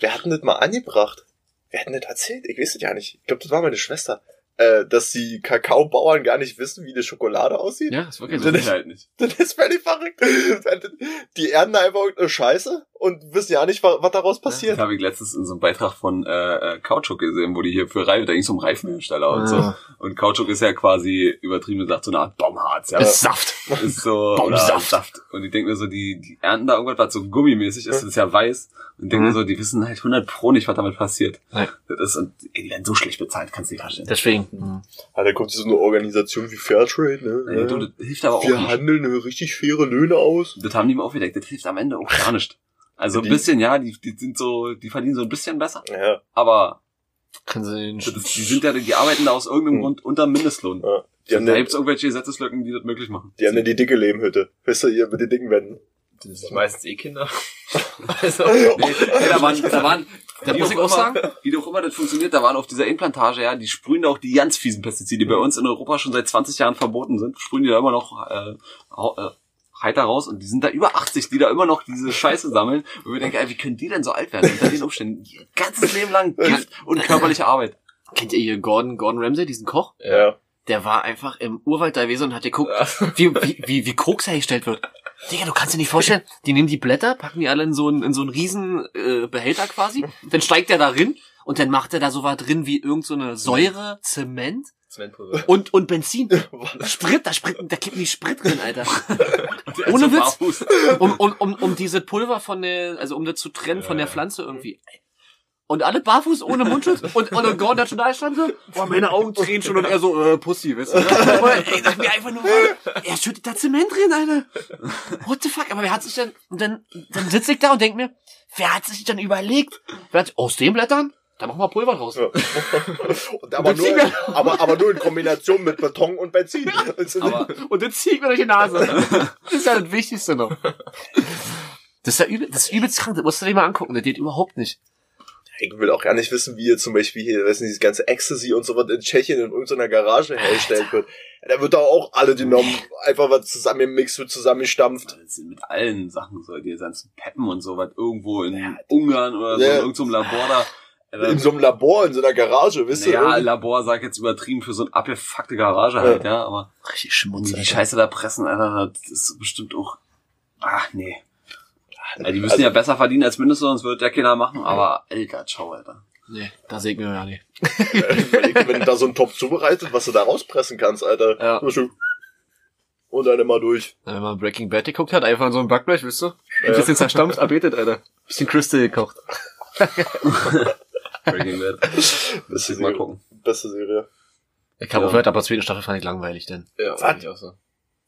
[SPEAKER 1] Wer hat denn das mal angebracht? Wer hat denn das erzählt? Ich weiß es ja nicht. Ich glaube, das war meine Schwester. Äh, dass die Kakaobauern gar nicht wissen, wie eine Schokolade aussieht.
[SPEAKER 4] Ja, ist wirklich so.
[SPEAKER 2] Das ist halt nicht.
[SPEAKER 1] Das ist völlig verrückt. Die ernten einfach irgendeine Scheiße und wissen ja nicht, wa- was daraus
[SPEAKER 2] Das
[SPEAKER 1] passiert.
[SPEAKER 2] habe ich letztens in so einem Beitrag von äh, äh, Kautschuk gesehen, wo die hier für Reifen, da ging's um Reifenhersteller und so. Und Kautschuk ist ja quasi übertrieben gesagt so eine Art Baumharz, ja.
[SPEAKER 4] Ist Saft.
[SPEAKER 2] ist so oder
[SPEAKER 4] Baumsaft.
[SPEAKER 2] Saft. Und ich denke mir so, die, die ernten da irgendwas, was so gummimäßig ist, das ist ja weiß. Und denke
[SPEAKER 4] Mhm.
[SPEAKER 2] mir so, die wissen halt 100 pro nicht, was damit passiert.
[SPEAKER 4] Nein.
[SPEAKER 2] Das ist, und ey, die werden so schlecht bezahlt, kannst du nicht verstehen.
[SPEAKER 4] Deswegen.
[SPEAKER 1] Ah, da kommt so eine Organisation wie Fairtrade, ne?
[SPEAKER 2] Ey, du, das hilft aber auch
[SPEAKER 1] Wir
[SPEAKER 2] nicht.
[SPEAKER 1] handeln äh, richtig faire Löhne aus.
[SPEAKER 2] Das haben die mir aufgedeckt, das hilft am Ende auch gar nicht. Also ein
[SPEAKER 1] Die-
[SPEAKER 2] bisschen, ja, die, die sind so, die verdienen so ein bisschen besser,
[SPEAKER 1] Ja.
[SPEAKER 2] aber
[SPEAKER 4] Können sie den
[SPEAKER 2] das ist, die sind ja, die arbeiten da aus irgendeinem
[SPEAKER 1] Mhm.
[SPEAKER 2] Grund unter dem Mindestlohn.
[SPEAKER 1] Die haben,
[SPEAKER 2] da
[SPEAKER 1] eine,
[SPEAKER 2] gibt's irgendwelche Gesetzeslücken, die das möglich machen.
[SPEAKER 1] die haben eine die dicke Lehmhütte. Weißt du, ihr mit den dicken Wänden.
[SPEAKER 3] Das sind meistens eh Kinder. Also,
[SPEAKER 2] Nee, nee, da waren, da waren,
[SPEAKER 4] Da
[SPEAKER 2] wie
[SPEAKER 4] muss
[SPEAKER 2] auch
[SPEAKER 4] ich auch
[SPEAKER 2] immer-
[SPEAKER 4] sagen,
[SPEAKER 2] wie auch immer das funktioniert, da waren auf dieser Implantage, ja, die sprühen da auch die ganz fiesen Pestizide, die bei uns in Europa schon seit 20 Jahren verboten sind, sprühen die da immer noch äh, hau- äh, heiter raus und die sind da über 80, die da immer noch diese Scheiße sammeln und wir denken, ey, wie können die denn so alt werden unter den Umständen? Ihr ganzes Leben lang Gift und körperliche Arbeit.
[SPEAKER 4] kennt ihr hier Gordon, Gordon Ramsay, diesen Koch?
[SPEAKER 1] Ja.
[SPEAKER 4] Der war einfach im Urwald da gewesen und hat geguckt, wie, wie, wie, wie Koks hergestellt wird. Digga, du kannst dir nicht vorstellen, die nehmen die Blätter, packen die alle in so einen, in so einen riesen äh, Behälter quasi, dann steigt der da rein und dann macht er da so was drin wie irgend so eine Säure, Zement
[SPEAKER 3] Zementpulver.
[SPEAKER 4] und, und Benzin.
[SPEAKER 1] Was?
[SPEAKER 4] Sprit, da, Sprit, da kippen die Sprit drin, Alter.
[SPEAKER 2] Der ist
[SPEAKER 4] Ohne
[SPEAKER 2] so
[SPEAKER 4] Witz.
[SPEAKER 2] barfuß.
[SPEAKER 4] Um, um, um, um diese Pulver von der, also um das zu trennen von der Pflanze irgendwie. Und alle barfuß ohne Mundschutz und, und Gordon hat schon da stand so, boah, meine Augen tränen schon und er so, äh, Pussy, weißt du? Und, ey, sag mir einfach nur, er schüttet da Zement drin, Alter. What the fuck? Aber wer hat sich denn, und dann, dann sitze ich da und denk mir, wer hat sich denn überlegt? Wer hat, aus den Blättern? Da machen wir Pulver draus.
[SPEAKER 1] Ja. Und aber, nur, aber, aber nur in Kombination mit Beton und Benzin. Also
[SPEAKER 2] Aber
[SPEAKER 4] Und dann zieh ich mir durch die Nase. Das ist ja das Wichtigste noch. Das ist ja übel, das ist übelst krank, das musst du dir mal angucken, das geht überhaupt nicht.
[SPEAKER 1] ich will auch gar nicht wissen, wie ihr zum Beispiel hier, weiß nicht, dieses ganze Ecstasy und so was in Tschechien in irgendeiner Garage hergestellt wird. Da wird da auch alle genommen, einfach was zusammengemixt wird, zusammengestampft.
[SPEAKER 2] Das sind mit allen Sachen so, die ganzen Peppen und so was irgendwo in Ungarn oder so,
[SPEAKER 1] Ja.
[SPEAKER 2] in irgendeinem Labor da. Alter,
[SPEAKER 1] In so einem Labor, in so einer Garage, wisst ihr?
[SPEAKER 2] naja,
[SPEAKER 1] irgendwie-
[SPEAKER 2] Labor sag ich jetzt übertrieben für so eine abgefuckte Garage halt, ja, aber
[SPEAKER 4] Richtig
[SPEAKER 2] Und
[SPEAKER 4] schmutzig.
[SPEAKER 2] die Scheiße da pressen, Alter, das ist bestimmt auch. Ach nee. Ja, die müssen
[SPEAKER 1] Also-
[SPEAKER 2] ja besser verdienen als Mindestlohn, sonst wird ja keiner machen, aber Alter, ciao, Alter.
[SPEAKER 4] Nee, da sehen wir ja nicht.
[SPEAKER 1] Überleg dir, wenn du da so einen Topf zubereitet, was du da rauspressen kannst, Alter.
[SPEAKER 4] Ja.
[SPEAKER 1] Zum Beispiel- Und dann immer durch.
[SPEAKER 4] Wenn man Breaking Bad geguckt hat, einfach in so einem Backblech, wisst du? Ein bisschen zerstampft, erbetet, Alter. Bisschen Crystal gekocht.
[SPEAKER 2] Breaking Bad. Muss
[SPEAKER 1] Beste
[SPEAKER 2] ich mal
[SPEAKER 1] Serie.
[SPEAKER 2] gucken.
[SPEAKER 1] Beste Serie.
[SPEAKER 4] Ich habe
[SPEAKER 2] Ja.
[SPEAKER 4] aufgehört, aber zweite Staffel fand ich langweilig, denn.
[SPEAKER 3] Ja,
[SPEAKER 1] Was?
[SPEAKER 3] fand ich auch so.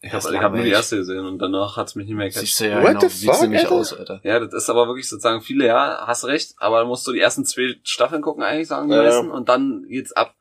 [SPEAKER 2] Ich
[SPEAKER 4] Das
[SPEAKER 2] habe
[SPEAKER 4] ist
[SPEAKER 2] hab nur die
[SPEAKER 4] langweilig.
[SPEAKER 2] erste gesehen und danach hat's mich nicht mehr gecatcht.
[SPEAKER 4] Siehst du ja
[SPEAKER 1] What
[SPEAKER 4] genau,
[SPEAKER 1] the
[SPEAKER 4] sieht's
[SPEAKER 1] fuck,
[SPEAKER 4] nämlich
[SPEAKER 1] Alter?
[SPEAKER 4] aus, Alter.
[SPEAKER 2] Ja, das ist aber wirklich sozusagen viele, ja, hast recht, aber dann musst du die ersten zwei Staffeln gucken, eigentlich sagen die
[SPEAKER 1] Ja.
[SPEAKER 2] meisten, und dann geht's ab.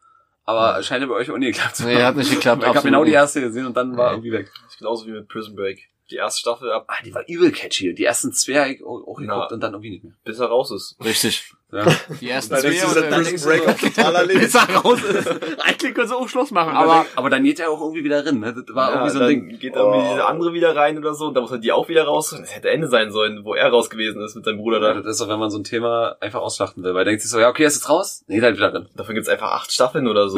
[SPEAKER 2] Aber scheint ja bei euch auch nie geklappt zu haben.
[SPEAKER 4] Nee, hat nicht geklappt,
[SPEAKER 2] Ich habe
[SPEAKER 4] absolut
[SPEAKER 2] genau die
[SPEAKER 4] nicht.
[SPEAKER 2] erste gesehen und dann war irgendwie weg.
[SPEAKER 3] Ist genauso wie mit Prison Break. Die erste Staffel ab,
[SPEAKER 2] Ah, die war übel catchy. Die ersten zwei hab ich auch auch
[SPEAKER 3] Na.
[SPEAKER 2] geguckt und dann irgendwie nicht mehr.
[SPEAKER 3] bis er raus ist.
[SPEAKER 4] Richtig.
[SPEAKER 2] Ja.
[SPEAKER 4] Die ersten
[SPEAKER 1] Weil das
[SPEAKER 4] zwei
[SPEAKER 1] ist
[SPEAKER 4] und
[SPEAKER 1] dieser Prison
[SPEAKER 4] dann denkst du
[SPEAKER 1] Break
[SPEAKER 4] so,
[SPEAKER 1] auf totaler Leben.
[SPEAKER 4] bis er raus ist. Eigentlich können sie auch Schluss machen, aber
[SPEAKER 2] aber dann geht er auch irgendwie wieder rein. Ne? Das war
[SPEAKER 3] ja,
[SPEAKER 2] irgendwie so ein
[SPEAKER 3] dann
[SPEAKER 2] Ding.
[SPEAKER 3] Geht irgendwie
[SPEAKER 1] Oh.
[SPEAKER 3] diese andere wieder rein oder so, und dann muss er die auch wieder raus. Das hätte Ende sein sollen, wo er raus gewesen ist mit seinem Bruder
[SPEAKER 2] Ja,
[SPEAKER 3] da.
[SPEAKER 2] das ist doch, wenn man so ein Thema einfach ausschlachten will, weil denkt sich so, ja, okay, ist jetzt raus? Nee, dann wieder drin.
[SPEAKER 3] Davon gibt's einfach acht Staffeln oder so.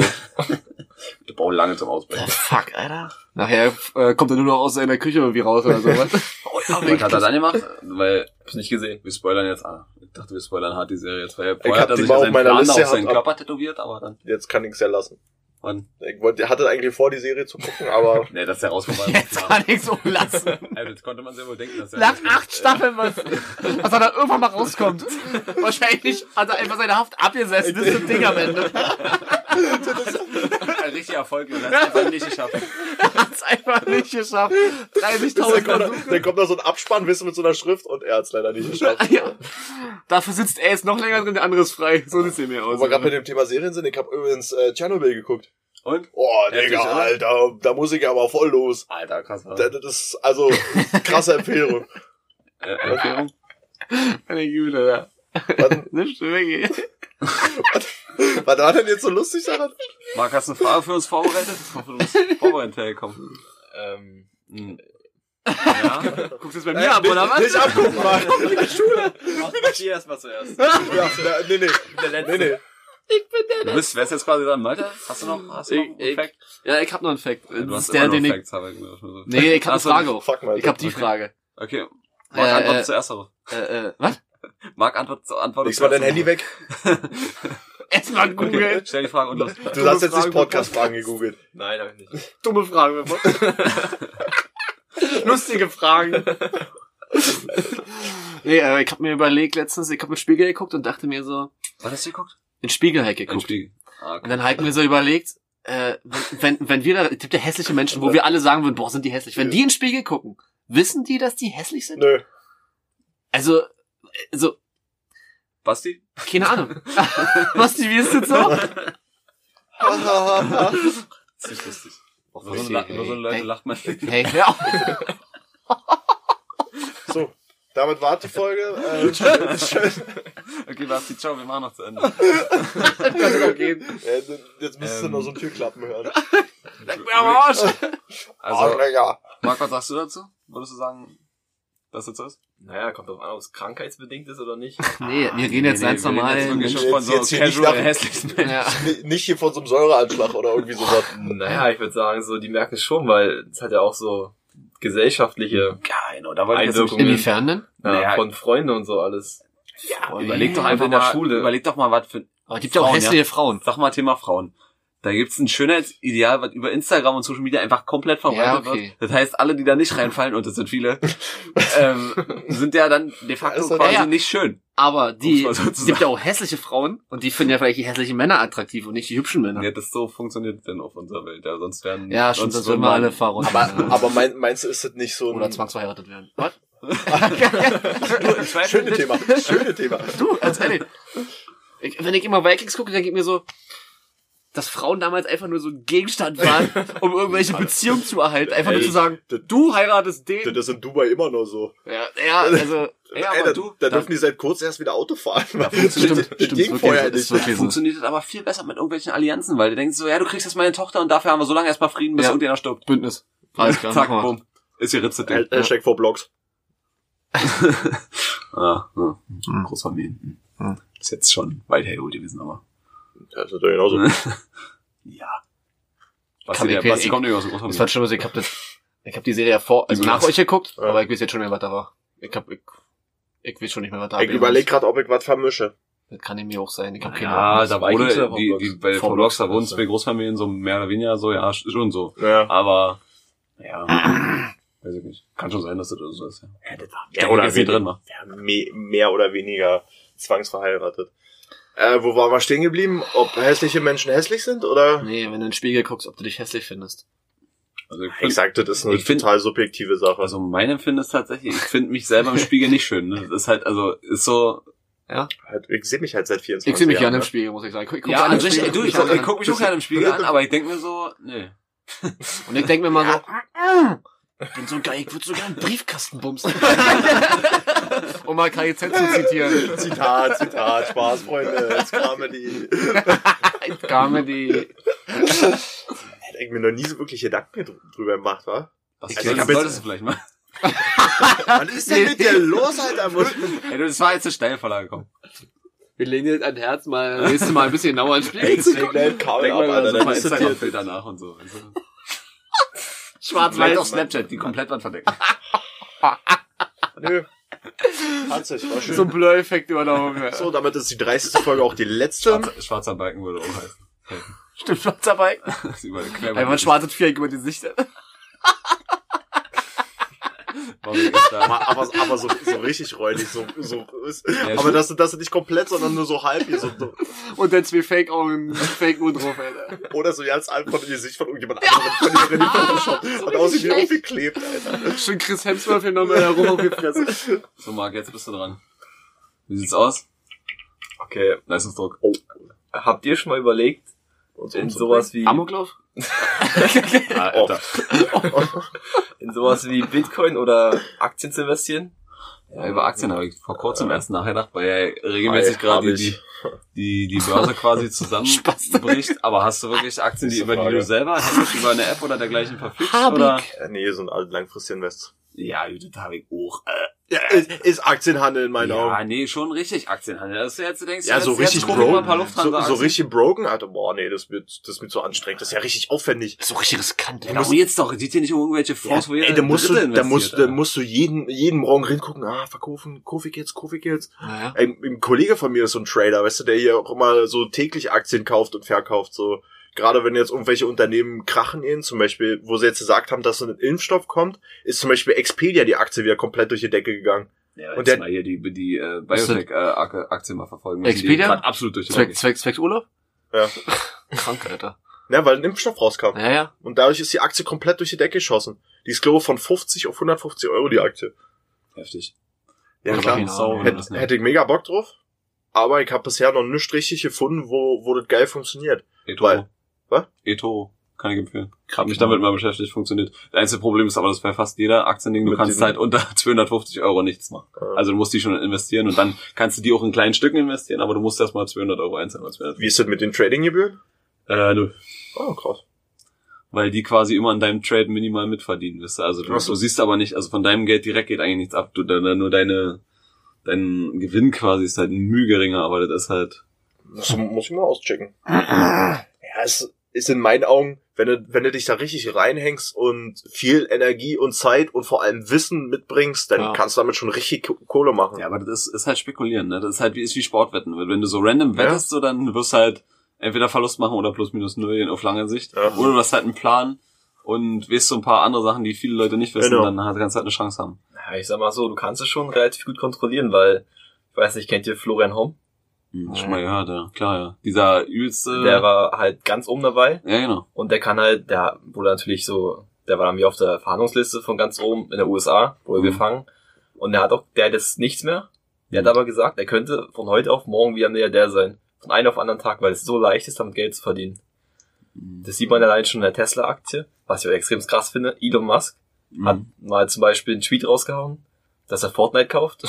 [SPEAKER 2] Die brauchen lange zum Ausbrechen.
[SPEAKER 4] Oh, fuck, Alter. Nachher äh, kommt er nur noch aus seiner Küche irgendwie raus oder sowas. oh, ja,
[SPEAKER 2] Was hat er dann gemacht? Weil,
[SPEAKER 3] Hab's nicht gesehen.
[SPEAKER 2] wir spoilern jetzt an. Ich dachte, wir spoilern hart die Serie jetzt, weil
[SPEAKER 1] Ich
[SPEAKER 2] vorher
[SPEAKER 1] hab
[SPEAKER 2] hat er
[SPEAKER 1] die
[SPEAKER 2] sich
[SPEAKER 1] mal
[SPEAKER 2] ja
[SPEAKER 1] auf
[SPEAKER 2] seinen
[SPEAKER 1] meiner
[SPEAKER 2] Plan
[SPEAKER 1] Liste
[SPEAKER 2] auf seinen
[SPEAKER 1] gehabt,
[SPEAKER 2] Körper tätowiert, aber dann,
[SPEAKER 1] Jetzt kann ich's ja lassen.
[SPEAKER 2] wann?
[SPEAKER 1] Ich wollte, hatte eigentlich vor, die Serie zu gucken, aber
[SPEAKER 2] Nee, das ist ja raus vorbei.
[SPEAKER 4] Jetzt
[SPEAKER 2] Ja.
[SPEAKER 4] kann ich's umlassen.
[SPEAKER 2] Also, das konnte man sehr wohl denken, dass er
[SPEAKER 4] Nach acht Staffeln, was, was er dann irgendwann mal rauskommt. Wahrscheinlich hat er einfach seine Haft abgesessen. Das ist ein Ding am Ende.
[SPEAKER 2] Ein richtiger Erfolg, das hat einfach nicht geschafft.
[SPEAKER 4] Hat's einfach nicht geschafft.
[SPEAKER 1] Dann
[SPEAKER 4] 30.000
[SPEAKER 1] kommt, da, dann kommt da so ein Abspannwissen mit so einer Schrift und er hat's leider nicht geschafft.
[SPEAKER 4] ja. Dafür sitzt er jetzt noch länger drin, der andere ist frei. So sieht's hier mir
[SPEAKER 1] Wo
[SPEAKER 4] aus.
[SPEAKER 1] wir gerade bei dem Thema Serien sind, ich habe übrigens äh, Tschernobyl geguckt.
[SPEAKER 2] Und?
[SPEAKER 1] Oh,
[SPEAKER 2] Heftig,
[SPEAKER 1] Digga,
[SPEAKER 2] oder?
[SPEAKER 1] Alter, da muss ich aber voll los.
[SPEAKER 2] Alter, krass.
[SPEAKER 1] Das, das ist also krasse Empfehlung.
[SPEAKER 2] Äh, Erklärung?
[SPEAKER 4] Meine Güte, ja. ne?
[SPEAKER 1] Was,
[SPEAKER 4] Nimmst du weg.
[SPEAKER 1] was war denn jetzt so lustig daran?
[SPEAKER 2] Marc, hast du eine Frage für uns vorbereitet? Ich hoffe, du bist vorbereitet hergekommen.
[SPEAKER 3] Ähm,
[SPEAKER 2] Hm. Ja?
[SPEAKER 4] Guckst du jetzt bei mir
[SPEAKER 1] Äh,
[SPEAKER 4] ab,
[SPEAKER 1] nicht,
[SPEAKER 4] oder was?
[SPEAKER 1] Nicht abgucken, Mann.
[SPEAKER 3] mach, mach die erstmal zuerst.
[SPEAKER 1] ja, na, nee, nee,
[SPEAKER 3] Der letzte.
[SPEAKER 1] nee, nee.
[SPEAKER 2] Du bist, wärst jetzt quasi dran, Malte? Hast du noch, hast du noch
[SPEAKER 4] Ich-
[SPEAKER 2] einen Fact?
[SPEAKER 4] Ja, ich hab noch einen Fact.
[SPEAKER 2] Du
[SPEAKER 4] Das
[SPEAKER 2] hast
[SPEAKER 4] ist
[SPEAKER 2] immer
[SPEAKER 4] der,
[SPEAKER 2] noch
[SPEAKER 4] den ich.
[SPEAKER 2] Facts, habe ich mir schon gesagt.
[SPEAKER 4] Nee, ich hab eine
[SPEAKER 2] Achso,
[SPEAKER 4] Frage auch.
[SPEAKER 1] Fuck, Mann.
[SPEAKER 4] Ich hab die
[SPEAKER 2] Okay.
[SPEAKER 4] Frage.
[SPEAKER 2] Okay. Marc,
[SPEAKER 4] Äh,
[SPEAKER 2] antwortet
[SPEAKER 4] äh,
[SPEAKER 2] zuerst darauf.
[SPEAKER 4] Äh, äh, was?
[SPEAKER 2] Marc, antwortet, antwortet
[SPEAKER 1] Legst mal dein Handy weg.
[SPEAKER 4] Erstmal
[SPEAKER 2] Okay,
[SPEAKER 4] Google.
[SPEAKER 2] stell die Frage und los.
[SPEAKER 1] Du hast jetzt
[SPEAKER 4] Fragen,
[SPEAKER 1] nicht Podcast-Fragen gegoogelt.
[SPEAKER 3] Nein, hab ich nicht.
[SPEAKER 4] Dumme Fragen. Lustige Fragen. nee, äh, ich hab mir überlegt letztens, ich hab in den Spiegel geguckt und dachte mir so,
[SPEAKER 2] Was hast du geguckt?
[SPEAKER 4] in den Spiegel halt
[SPEAKER 2] Ein
[SPEAKER 4] geguckt.
[SPEAKER 2] Spiegel. Ah,
[SPEAKER 4] Und
[SPEAKER 2] okay.
[SPEAKER 4] dann halt mir so überlegt, äh, wenn, wenn, wenn wir da, es gibt ja hässliche Menschen, wo wir alle sagen würden, boah, sind die hässlich. Wenn die in den Spiegel gucken, wissen die, dass die hässlich sind?
[SPEAKER 1] Nö.
[SPEAKER 4] Also, also,
[SPEAKER 2] Basti?
[SPEAKER 4] keine Ahnung. Was, wie ist das so?
[SPEAKER 2] Ziemlich lustig. Nur so,
[SPEAKER 4] Richtig,
[SPEAKER 2] La- nur so
[SPEAKER 4] ey.
[SPEAKER 2] Leute
[SPEAKER 4] Ey.
[SPEAKER 2] lacht man.
[SPEAKER 4] Hey, hör auf.
[SPEAKER 1] so, damit war die Folge. Äh, schön, schön.
[SPEAKER 2] Okay, Basti, ciao, wir machen noch zu Ende.
[SPEAKER 1] Äh, jetzt müsstest du
[SPEAKER 2] Ähm.
[SPEAKER 1] noch so ein Türklappen hören.
[SPEAKER 4] Leck mir am Arsch.
[SPEAKER 1] Also,
[SPEAKER 2] Also,
[SPEAKER 1] Digga.
[SPEAKER 2] Marc, was sagst du dazu? Würdest du sagen, dass jetzt so ist?
[SPEAKER 3] Naja, kommt drauf an, ob es krankheitsbedingt ist oder nicht.
[SPEAKER 4] Nee, wir reden jetzt ganz
[SPEAKER 2] wir
[SPEAKER 4] normal.
[SPEAKER 2] reden Jetzt wirklich
[SPEAKER 1] Jetzt-
[SPEAKER 2] schon von
[SPEAKER 1] jetzt
[SPEAKER 2] so
[SPEAKER 1] hier nicht
[SPEAKER 2] casual
[SPEAKER 1] nach-
[SPEAKER 2] hässlichen Menschen.
[SPEAKER 4] Ja.
[SPEAKER 1] N- Nicht hier von so einem Säureanschlag oder irgendwie sowas.
[SPEAKER 3] Naja, ich würde sagen, so, die merken es schon, weil es hat ja auch so gesellschaftliche
[SPEAKER 2] Ja, genau, da wollte ich jetzt
[SPEAKER 3] Einwirkung.
[SPEAKER 2] nicht-
[SPEAKER 4] Inwiefern denn?
[SPEAKER 3] na,
[SPEAKER 2] Naja.
[SPEAKER 3] von Freunden und so alles.
[SPEAKER 2] Ja, überleg doch
[SPEAKER 3] Ja,
[SPEAKER 2] einfach
[SPEAKER 3] in der
[SPEAKER 2] mal,
[SPEAKER 3] Schule.
[SPEAKER 2] überleg doch mal, was für,
[SPEAKER 4] Aber es gibt ja auch
[SPEAKER 2] Frauen,
[SPEAKER 4] hässliche Frauen.
[SPEAKER 2] sag mal Thema Frauen. Da gibt's ein Schönheitsideal, was über Instagram und Social Media einfach komplett verbreitet
[SPEAKER 4] Ja, okay.
[SPEAKER 2] wird. Das heißt, alle, die da nicht reinfallen, und das sind viele, ähm, sind ja dann de facto
[SPEAKER 1] Ist doch-
[SPEAKER 2] quasi
[SPEAKER 4] Ja, ja.
[SPEAKER 2] nicht schön.
[SPEAKER 4] Aber die,
[SPEAKER 2] Um's Um mal so zu
[SPEAKER 4] es gibt
[SPEAKER 2] sagen.
[SPEAKER 4] ja auch hässliche Frauen und die finden ja vielleicht die hässlichen Männer attraktiv und nicht die hübschen Männer.
[SPEAKER 2] Ja, das so funktioniert denn auf unserer Welt. Ja, sonst werden
[SPEAKER 4] Ja, stimmt, sonst würden wir alle verrückt.
[SPEAKER 1] Aber, aber mein, meinst du, ist das nicht so ein...
[SPEAKER 4] Oder zwangsverheiratet werden. Was?
[SPEAKER 1] Schöne Thema, schöne Thema.
[SPEAKER 4] Du, ganz ehrlich. Ich, wenn ich immer Vikings gucke, dann geht mir so, dass Frauen damals einfach nur so ein Gegenstand waren, um irgendwelche Beziehungen zu erhalten. Einfach nur
[SPEAKER 1] Ey,
[SPEAKER 4] zu sagen,
[SPEAKER 1] das-
[SPEAKER 4] du heiratest
[SPEAKER 1] Das
[SPEAKER 4] den.
[SPEAKER 1] ist in Dubai immer noch so.
[SPEAKER 4] Ja, ja also,
[SPEAKER 2] Ja,
[SPEAKER 1] Ey,
[SPEAKER 2] aber
[SPEAKER 1] da,
[SPEAKER 2] du,
[SPEAKER 1] da
[SPEAKER 2] da-
[SPEAKER 1] dürfen die seit kurz erst wieder Auto fahren. weil das
[SPEAKER 4] stimmt,
[SPEAKER 1] das
[SPEAKER 4] stimmt,
[SPEAKER 1] ging
[SPEAKER 4] ist
[SPEAKER 1] vorher
[SPEAKER 4] wirklich
[SPEAKER 1] nicht.
[SPEAKER 4] so, ist wirklich so.
[SPEAKER 2] funktioniert das aber viel besser mit irgendwelchen Allianzen, weil du denkst so, ja, du kriegst jetzt meine Tochter und dafür haben wir so lange erstmal Frieden, bis
[SPEAKER 4] Ja.
[SPEAKER 2] irgendjemand stirbt.
[SPEAKER 4] Bündnis. Alles klar.
[SPEAKER 2] Zack,
[SPEAKER 4] mach mal.
[SPEAKER 2] bumm. Ist hier Ritze Ding.
[SPEAKER 1] Hashtag Hashtag vor Blogs.
[SPEAKER 2] Ah, ja. Großfamilien.
[SPEAKER 4] Hm.
[SPEAKER 2] Ist jetzt schon weit hergeholt gewesen, aber.
[SPEAKER 1] Ja, ist natürlich genauso.
[SPEAKER 2] Ja.
[SPEAKER 4] Kann
[SPEAKER 2] Basti,
[SPEAKER 4] ich
[SPEAKER 2] der,
[SPEAKER 4] mir-
[SPEAKER 2] Basti kommt nicht aus der
[SPEAKER 4] Das
[SPEAKER 2] Großfamilie.
[SPEAKER 4] war schon mal so, ich hab das, ich hab die Serie ja vor, also
[SPEAKER 2] Wieso
[SPEAKER 4] nach
[SPEAKER 2] das?
[SPEAKER 4] euch geguckt,
[SPEAKER 1] Ja.
[SPEAKER 4] aber ich weiß jetzt schon nicht, was da war. Ich hab, ich, ich weiß schon nicht mehr, was da
[SPEAKER 1] Ich überlege gerade, ob ich was vermische.
[SPEAKER 4] Das kann nämlich auch sein, ich hab keine Ahnung.
[SPEAKER 2] Ja, da
[SPEAKER 3] Vikings
[SPEAKER 2] wurde,
[SPEAKER 3] oder
[SPEAKER 2] die,
[SPEAKER 3] Roblox?
[SPEAKER 2] die, bei
[SPEAKER 4] Roblox,
[SPEAKER 2] Roblox, da wurden
[SPEAKER 4] also.
[SPEAKER 2] zwei Großfamilien so mehr oder weniger so, ja, schon so.
[SPEAKER 1] Ja.
[SPEAKER 2] Aber, ja, weiß ich nicht. Kann schon sein, dass das so ist, ja.
[SPEAKER 1] Mehr
[SPEAKER 2] Oder sie drin ne? war.
[SPEAKER 1] Ja, me- mehr oder weniger zwangsverheiratet. Äh, wo waren wir stehen geblieben? Ob hässliche Menschen hässlich sind oder?
[SPEAKER 4] Nee, wenn du in den Spiegel guckst, ob du dich hässlich findest.
[SPEAKER 2] Also ich
[SPEAKER 1] Ich
[SPEAKER 2] find,
[SPEAKER 1] sagte, das ist eine
[SPEAKER 2] Ich find-
[SPEAKER 1] total subjektive Sache.
[SPEAKER 2] also mein Empfinden ist tatsächlich, ich finde mich selber im Spiegel nicht schön. Ne? Das ist halt, also, ist so,
[SPEAKER 1] Halt, Ich sehe mich halt seit 24
[SPEAKER 4] Ich sehe mich
[SPEAKER 1] Jahren.
[SPEAKER 4] gerne im
[SPEAKER 1] ne?
[SPEAKER 4] Spiegel, muss ich sagen. Ich guck- Ich guck
[SPEAKER 2] ja, an
[SPEAKER 4] an den
[SPEAKER 2] sich,
[SPEAKER 4] Spiegel,
[SPEAKER 2] ey, du, ich,
[SPEAKER 4] guck
[SPEAKER 2] guck-
[SPEAKER 4] mich
[SPEAKER 2] ich
[SPEAKER 4] an.
[SPEAKER 2] guck mich auch gerne im Spiegel an, aber ich denk mir so, nee.
[SPEAKER 4] Und ich denk mir mal so, ich bin so geil, ich würde sogar einen Briefkasten bumsen. um mal KIZ zu zitieren.
[SPEAKER 1] Zitat, Zitat, Spaß, Freunde, jetzt Comedy.
[SPEAKER 4] Comedy.
[SPEAKER 1] Hätte ich mir noch nie so wirklich Gedanken dr- drüber gemacht, wa?
[SPEAKER 2] Das
[SPEAKER 1] Also ich
[SPEAKER 2] solltest,
[SPEAKER 1] hab jetzt-
[SPEAKER 2] solltest du vielleicht mal.
[SPEAKER 1] Was ist denn mit dir los, Alter?
[SPEAKER 2] Ey, du, das war jetzt eine Steilvorlage, komm.
[SPEAKER 4] Wir legen dir an Herz mal, nächstes Mal ein bisschen genauer an den Spiegel.
[SPEAKER 1] Ey,
[SPEAKER 4] zu
[SPEAKER 1] ich gleich Kabel
[SPEAKER 2] Denk
[SPEAKER 1] ab,
[SPEAKER 2] mal also über
[SPEAKER 1] Alter.
[SPEAKER 2] so ein
[SPEAKER 1] Dann
[SPEAKER 2] paar
[SPEAKER 1] ist das hier.
[SPEAKER 2] Instagram-Filter nach und so. Also,
[SPEAKER 4] gucken.
[SPEAKER 2] vielleicht auf
[SPEAKER 4] Schwarz-Weiß.
[SPEAKER 2] Snapchat, die komplett was verdecken.
[SPEAKER 1] halt- Nö. Hat sich, war
[SPEAKER 4] So
[SPEAKER 1] schön.
[SPEAKER 4] ein Blur-Effekt über da oben.
[SPEAKER 1] So, damit ist die 30. Folge auch die letzte.
[SPEAKER 2] Schwarzer, schwarzer Balken würde auch heißen.
[SPEAKER 4] Stimmt, schwarzer Balken.
[SPEAKER 2] Das ist überall quer-
[SPEAKER 4] Einfach ein schwarzes Viereck über die Sicht.
[SPEAKER 2] War mir echt da.
[SPEAKER 1] Aber, aber, aber so, so richtig räudig, so, so ist. aber
[SPEAKER 2] schon.
[SPEAKER 1] dass du, dass du nicht komplett, sondern nur so halb hier so, so
[SPEAKER 5] Und dann zwei Fake-Augen, Fake-Mund drauf, Alter.
[SPEAKER 1] oder so ganz einfach in die Sicht von irgendjemand anderem, von jemandem, die Photoshop und aussieht wie irgendwie klebt, Alter.
[SPEAKER 5] Schon Chris Hemsworth genommen, Alter, rum auf die Fresse.
[SPEAKER 2] So, Marc, jetzt bist du dran. Wie sieht's aus?
[SPEAKER 3] Okay. also,
[SPEAKER 2] Leistungsdruck.
[SPEAKER 3] Habt ihr schon mal überlegt, in sowas wie,
[SPEAKER 4] Amoklauf?
[SPEAKER 1] Oh,
[SPEAKER 2] Ah, Alter.
[SPEAKER 3] in sowas wie Bitcoin oder Aktien zu investieren?
[SPEAKER 2] Ja, über Aktien habe ich vor kurzem erst nachgedacht, weil ja regelmäßig
[SPEAKER 1] Ei,
[SPEAKER 2] gerade
[SPEAKER 1] hab
[SPEAKER 2] die,
[SPEAKER 1] ich.
[SPEAKER 2] die, die Börse quasi zusammenbricht. Aber hast du wirklich Aktien, die
[SPEAKER 1] Nächste
[SPEAKER 2] über die
[SPEAKER 1] Frage.
[SPEAKER 2] du selber hättest, über eine App oder dergleichen verfügst?
[SPEAKER 4] Hab ich.
[SPEAKER 2] oder?
[SPEAKER 1] Äh, Nee, so ein alt langfristig Invest.
[SPEAKER 2] Ja, gut, das habe ich auch.
[SPEAKER 1] Ja, ist, ist Aktienhandel in meinen
[SPEAKER 2] Äh, ja,
[SPEAKER 1] Augen.
[SPEAKER 2] nee, schon richtig Aktienhandel. Das ist ja jetzt, du denkst,
[SPEAKER 1] Ja,
[SPEAKER 2] jetzt,
[SPEAKER 1] so
[SPEAKER 2] jetzt
[SPEAKER 1] richtig
[SPEAKER 2] guck ich mal ein paar
[SPEAKER 1] broken. So, so
[SPEAKER 2] Lufthansa-Aktien.
[SPEAKER 1] richtig broken, Alter. Boah, nee, das wird, das wird so anstrengend. Das ist ja richtig aufwendig.
[SPEAKER 4] So richtig riskant.
[SPEAKER 2] Ja, und jetzt doch, sieht hier nicht um irgendwelche Fonds, wo jeder
[SPEAKER 1] Ey, da musst du,
[SPEAKER 2] Drittel
[SPEAKER 1] da musst,
[SPEAKER 2] investiert,
[SPEAKER 1] da musst du jeden, jeden Morgen reingucken. Ah, verkaufen, kauf ich jetzt, kauf ich jetzt.
[SPEAKER 4] Naja.
[SPEAKER 1] Ein, ein Kollege von mir ist so ein Trader, weißt du, der hier auch immer so täglich Aktien kauft und verkauft, so. Gerade wenn jetzt irgendwelche Unternehmen krachen gehen, zum Beispiel, wo sie jetzt gesagt haben, dass so ein Impfstoff kommt, ist zum Beispiel Expedia die Aktie wieder komplett durch die Decke gegangen.
[SPEAKER 2] Ja,
[SPEAKER 1] Und
[SPEAKER 2] und
[SPEAKER 1] der-
[SPEAKER 2] jetzt mal hier die, die äh,
[SPEAKER 4] Was denn?
[SPEAKER 2] Biotech-Aktien mal verfolgen müssen.
[SPEAKER 4] Expedia?
[SPEAKER 2] Die grad absolut durch die
[SPEAKER 4] Zweck,
[SPEAKER 2] Decke.
[SPEAKER 4] Zweck, Zweck Urlaub?
[SPEAKER 1] Ja.
[SPEAKER 4] Krank, Alter.
[SPEAKER 1] Ja, weil ein Impfstoff rauskam.
[SPEAKER 4] Ja, ja.
[SPEAKER 1] Und dadurch ist die Aktie komplett durch die Decke geschossen. Die ist, glaube ich, von 50 auf 150 Euro, die Aktie.
[SPEAKER 2] Heftig.
[SPEAKER 1] Ja,
[SPEAKER 4] Oder
[SPEAKER 1] klar.
[SPEAKER 4] Marina.
[SPEAKER 2] Sau, wenn du das
[SPEAKER 1] Hätte,
[SPEAKER 2] nicht-
[SPEAKER 1] hätte ich mega Bock drauf. Aber ich habe bisher noch nichts richtig gefunden, wo, wo das geil funktioniert.
[SPEAKER 2] Etoro.
[SPEAKER 1] Was?
[SPEAKER 2] Etoro. E Kann ich empfehlen. Hab mich damit mal beschäftigt, funktioniert. Das einzige Problem ist aber, dass bei fast jeder Aktiending, du
[SPEAKER 1] Mit
[SPEAKER 2] kannst
[SPEAKER 1] diesem-
[SPEAKER 2] halt unter 250 Euro nichts machen. Also du musst die schon investieren und dann kannst du die auch in kleinen Stücken investieren, aber du musst erstmal 200 Euro einzahlen. weil es wäre-
[SPEAKER 1] Wie ist das mit den Trading-Gebühren?
[SPEAKER 2] Äh, nö.
[SPEAKER 1] Oh, krass.
[SPEAKER 2] Weil die quasi immer an deinem Trade minimal mitverdienen wirst. Also du,
[SPEAKER 1] Ach so.
[SPEAKER 2] du siehst aber nicht, also von deinem Geld direkt geht eigentlich nichts ab. Du, deine, nur deine, dein Gewinn quasi ist halt müh geringer, aber das ist halt
[SPEAKER 1] Das muss ich mal auschecken. ja, es ist in meinen Augen, wenn du, wenn du dich da richtig reinhängst und viel Energie und Zeit und vor allem Wissen mitbringst, dann
[SPEAKER 4] Ja.
[SPEAKER 1] kannst du damit schon richtig K- Kohle machen.
[SPEAKER 2] Ja, aber das ist, ist halt spekulieren, ne? Das ist halt wie, ist wie Sportwetten. Wenn wenn du so random wettest, so, dann wirst du halt entweder Verlust machen oder plus minus null auf lange Sicht.
[SPEAKER 1] Ja.
[SPEAKER 2] Oder du hast halt einen Plan und weißt so ein paar andere Sachen, die viele Leute nicht wissen,
[SPEAKER 1] Genau.
[SPEAKER 2] dann hat- kannst du halt eine Chance haben.
[SPEAKER 3] Ja, ich sag mal so, du kannst es schon relativ gut kontrollieren, weil, ich weiß nicht, kennt ihr Florian Homm?
[SPEAKER 2] Hm,
[SPEAKER 4] Ja.
[SPEAKER 2] Schon mal gehört, ja. Klar, ja. Dieser übelste.
[SPEAKER 3] Der war halt ganz oben dabei
[SPEAKER 2] ja, genau.
[SPEAKER 3] und der kann halt, der wurde natürlich so, der war dann wie auf der Verhandlungsliste von ganz oben in der USA, wurde
[SPEAKER 2] Mhm.
[SPEAKER 3] gefangen. Und der hat auch, der hat jetzt nichts mehr. Der hat aber gesagt, er könnte von heute auf morgen wieder Milliardär sein. Von einem auf den anderen Tag, weil es so leicht ist, damit Geld zu verdienen. Das sieht man allein schon in der Tesla-Aktie, was ich aber extrem krass finde. Elon Musk hat
[SPEAKER 2] Mhm.
[SPEAKER 3] mal zum Beispiel einen Tweet rausgehauen, dass er Fortnite kauft.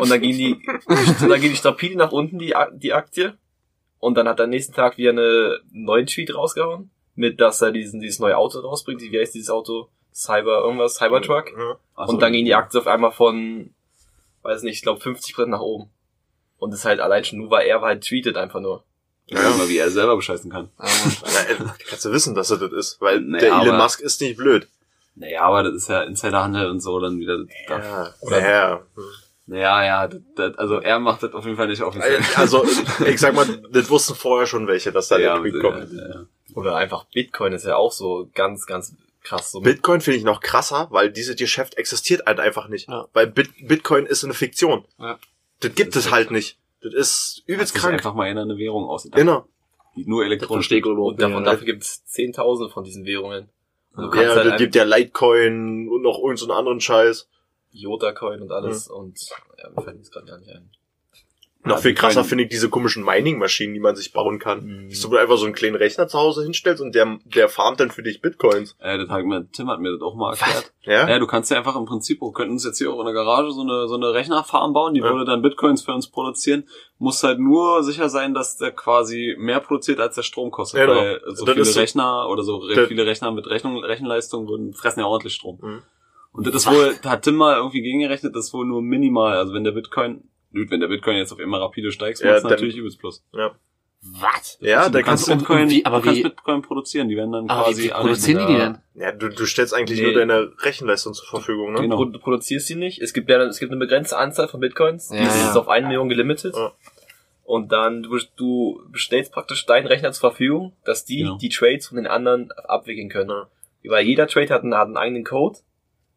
[SPEAKER 3] und dann ging die, dann ging die Stapide nach unten, die, Ak- die Aktie. Und dann hat er am nächsten Tag wieder eine, einen neuen Tweet rausgehauen, mit, dass er diesen, dieses neue Auto rausbringt. Wie heißt dieses Auto? Cyber, irgendwas, Cybertruck.
[SPEAKER 1] Ja.
[SPEAKER 2] Ach so.
[SPEAKER 3] Und dann ging die Aktie auf einmal von, weiß nicht, ich glaube 50% nach oben. Und das halt allein schon nur, weil er halt tweetet einfach nur.
[SPEAKER 2] Ja, guck mal, wie er selber bescheißen kann.
[SPEAKER 1] Na, äh, kannst du wissen, dass er das ist, weil
[SPEAKER 2] Nee,
[SPEAKER 1] der Elon
[SPEAKER 2] aber-
[SPEAKER 1] Musk ist nicht blöd.
[SPEAKER 2] Naja, aber das ist ja Insiderhandel und so dann wieder. Da,
[SPEAKER 1] Ja,
[SPEAKER 3] Oder-
[SPEAKER 1] ja.
[SPEAKER 2] naja, ja, das, das, also er macht das auf jeden Fall nicht offiziell.
[SPEAKER 1] Also, ich sag mal, das wussten vorher schon welche, dass da
[SPEAKER 2] ja,
[SPEAKER 1] der Tweet
[SPEAKER 2] ja,
[SPEAKER 1] kommt.
[SPEAKER 2] ja, ja.
[SPEAKER 3] Oder einfach Bitcoin ist ja auch so ganz, ganz krass. So mit
[SPEAKER 1] Bitcoin finde ich noch krasser, weil dieses Geschäft existiert halt einfach nicht.
[SPEAKER 4] Ja.
[SPEAKER 1] Weil Bit Bitcoin ist eine Fiktion.
[SPEAKER 4] Ja.
[SPEAKER 1] Das gibt
[SPEAKER 2] Das
[SPEAKER 1] es
[SPEAKER 2] ist
[SPEAKER 1] halt nicht. Das ist
[SPEAKER 2] Hat
[SPEAKER 1] übelst
[SPEAKER 2] sich
[SPEAKER 1] krank.
[SPEAKER 2] einfach mal in eine Währung ausgedacht.
[SPEAKER 1] Genau.
[SPEAKER 2] Die nur elektronisch.
[SPEAKER 3] und
[SPEAKER 1] ja,
[SPEAKER 3] davon,
[SPEAKER 1] ne?
[SPEAKER 3] dafür gibt es Zehntausende von diesen Währungen. Und
[SPEAKER 2] Also,
[SPEAKER 3] du kannst
[SPEAKER 1] Ja,
[SPEAKER 3] halt
[SPEAKER 1] das
[SPEAKER 3] ein-
[SPEAKER 1] gibt ja Litecoin und noch irgendeinen so einen anderen Scheiß.
[SPEAKER 3] Yoda-Coin und alles und ja, mir fällt jetzt gerade gar nicht ein.
[SPEAKER 1] Noch
[SPEAKER 2] Ja,
[SPEAKER 1] viel
[SPEAKER 2] die
[SPEAKER 1] krasser
[SPEAKER 2] können-
[SPEAKER 1] finde ich diese komischen Mining-Maschinen, die man sich bauen kann.
[SPEAKER 3] Mhm.
[SPEAKER 1] Dass du wohl einfach so einen kleinen Rechner zu Hause hinstellst und der, der farmt dann für dich Bitcoins.
[SPEAKER 2] Äh, das hat mir, Tim hat mir das auch mal erklärt.
[SPEAKER 1] Ja?
[SPEAKER 2] Ja, du kannst ja einfach im Prinzip, wir könnten uns jetzt hier auch in der Garage so eine, so eine Rechnerfarm bauen, die
[SPEAKER 1] Ja.
[SPEAKER 2] würde dann Bitcoins für uns produzieren. Muss halt nur sicher sein, dass der quasi mehr produziert, als der Strom kostet.
[SPEAKER 4] genau.
[SPEAKER 1] Ja,
[SPEAKER 2] Weil
[SPEAKER 4] Also
[SPEAKER 2] so
[SPEAKER 1] Das ist
[SPEAKER 2] viele
[SPEAKER 1] so-
[SPEAKER 2] Rechner oder so re-
[SPEAKER 1] Das-
[SPEAKER 2] viele Rechner mit Rechnung, Rechenleistung würden fressen ja ordentlich Strom.
[SPEAKER 1] Mhm.
[SPEAKER 2] Und das ist wohl, da hat Tim mal irgendwie gegengerechnet, das ist wohl nur minimal. Also wenn der Bitcoin, gut, wenn der Bitcoin jetzt auf immer rapide steigt,
[SPEAKER 1] Ja,
[SPEAKER 2] macht's
[SPEAKER 1] dann-
[SPEAKER 2] natürlich übelst plus.
[SPEAKER 4] Was?
[SPEAKER 2] Also
[SPEAKER 1] Ja, da kannst du,
[SPEAKER 4] du-
[SPEAKER 2] Bitcoin,
[SPEAKER 4] wie- aber
[SPEAKER 2] du kannst
[SPEAKER 4] wie-
[SPEAKER 2] Bitcoin produzieren, die werden dann
[SPEAKER 4] Aber
[SPEAKER 2] quasi
[SPEAKER 4] wie, wie
[SPEAKER 2] anrechnen.
[SPEAKER 4] produzieren die
[SPEAKER 2] Ja.
[SPEAKER 4] die denn?
[SPEAKER 1] ja, du, du stellst eigentlich
[SPEAKER 3] Nee.
[SPEAKER 1] nur deine Rechenleistung zur Verfügung, ne?
[SPEAKER 2] Genau.
[SPEAKER 3] Du, du produzierst die nicht. Es gibt ja es gibt eine begrenzte Anzahl von Bitcoins.
[SPEAKER 4] Ja,
[SPEAKER 3] die ist
[SPEAKER 4] ja.
[SPEAKER 3] jetzt auf eine Million gelimitet.
[SPEAKER 1] Ja.
[SPEAKER 3] Und dann du, du stellst praktisch deinen Rechner zur Verfügung, dass die
[SPEAKER 2] Genau.
[SPEAKER 3] die Trades von den anderen abwickeln können.
[SPEAKER 1] Ja.
[SPEAKER 3] Weil jeder Trade hat einen, hat einen eigenen Code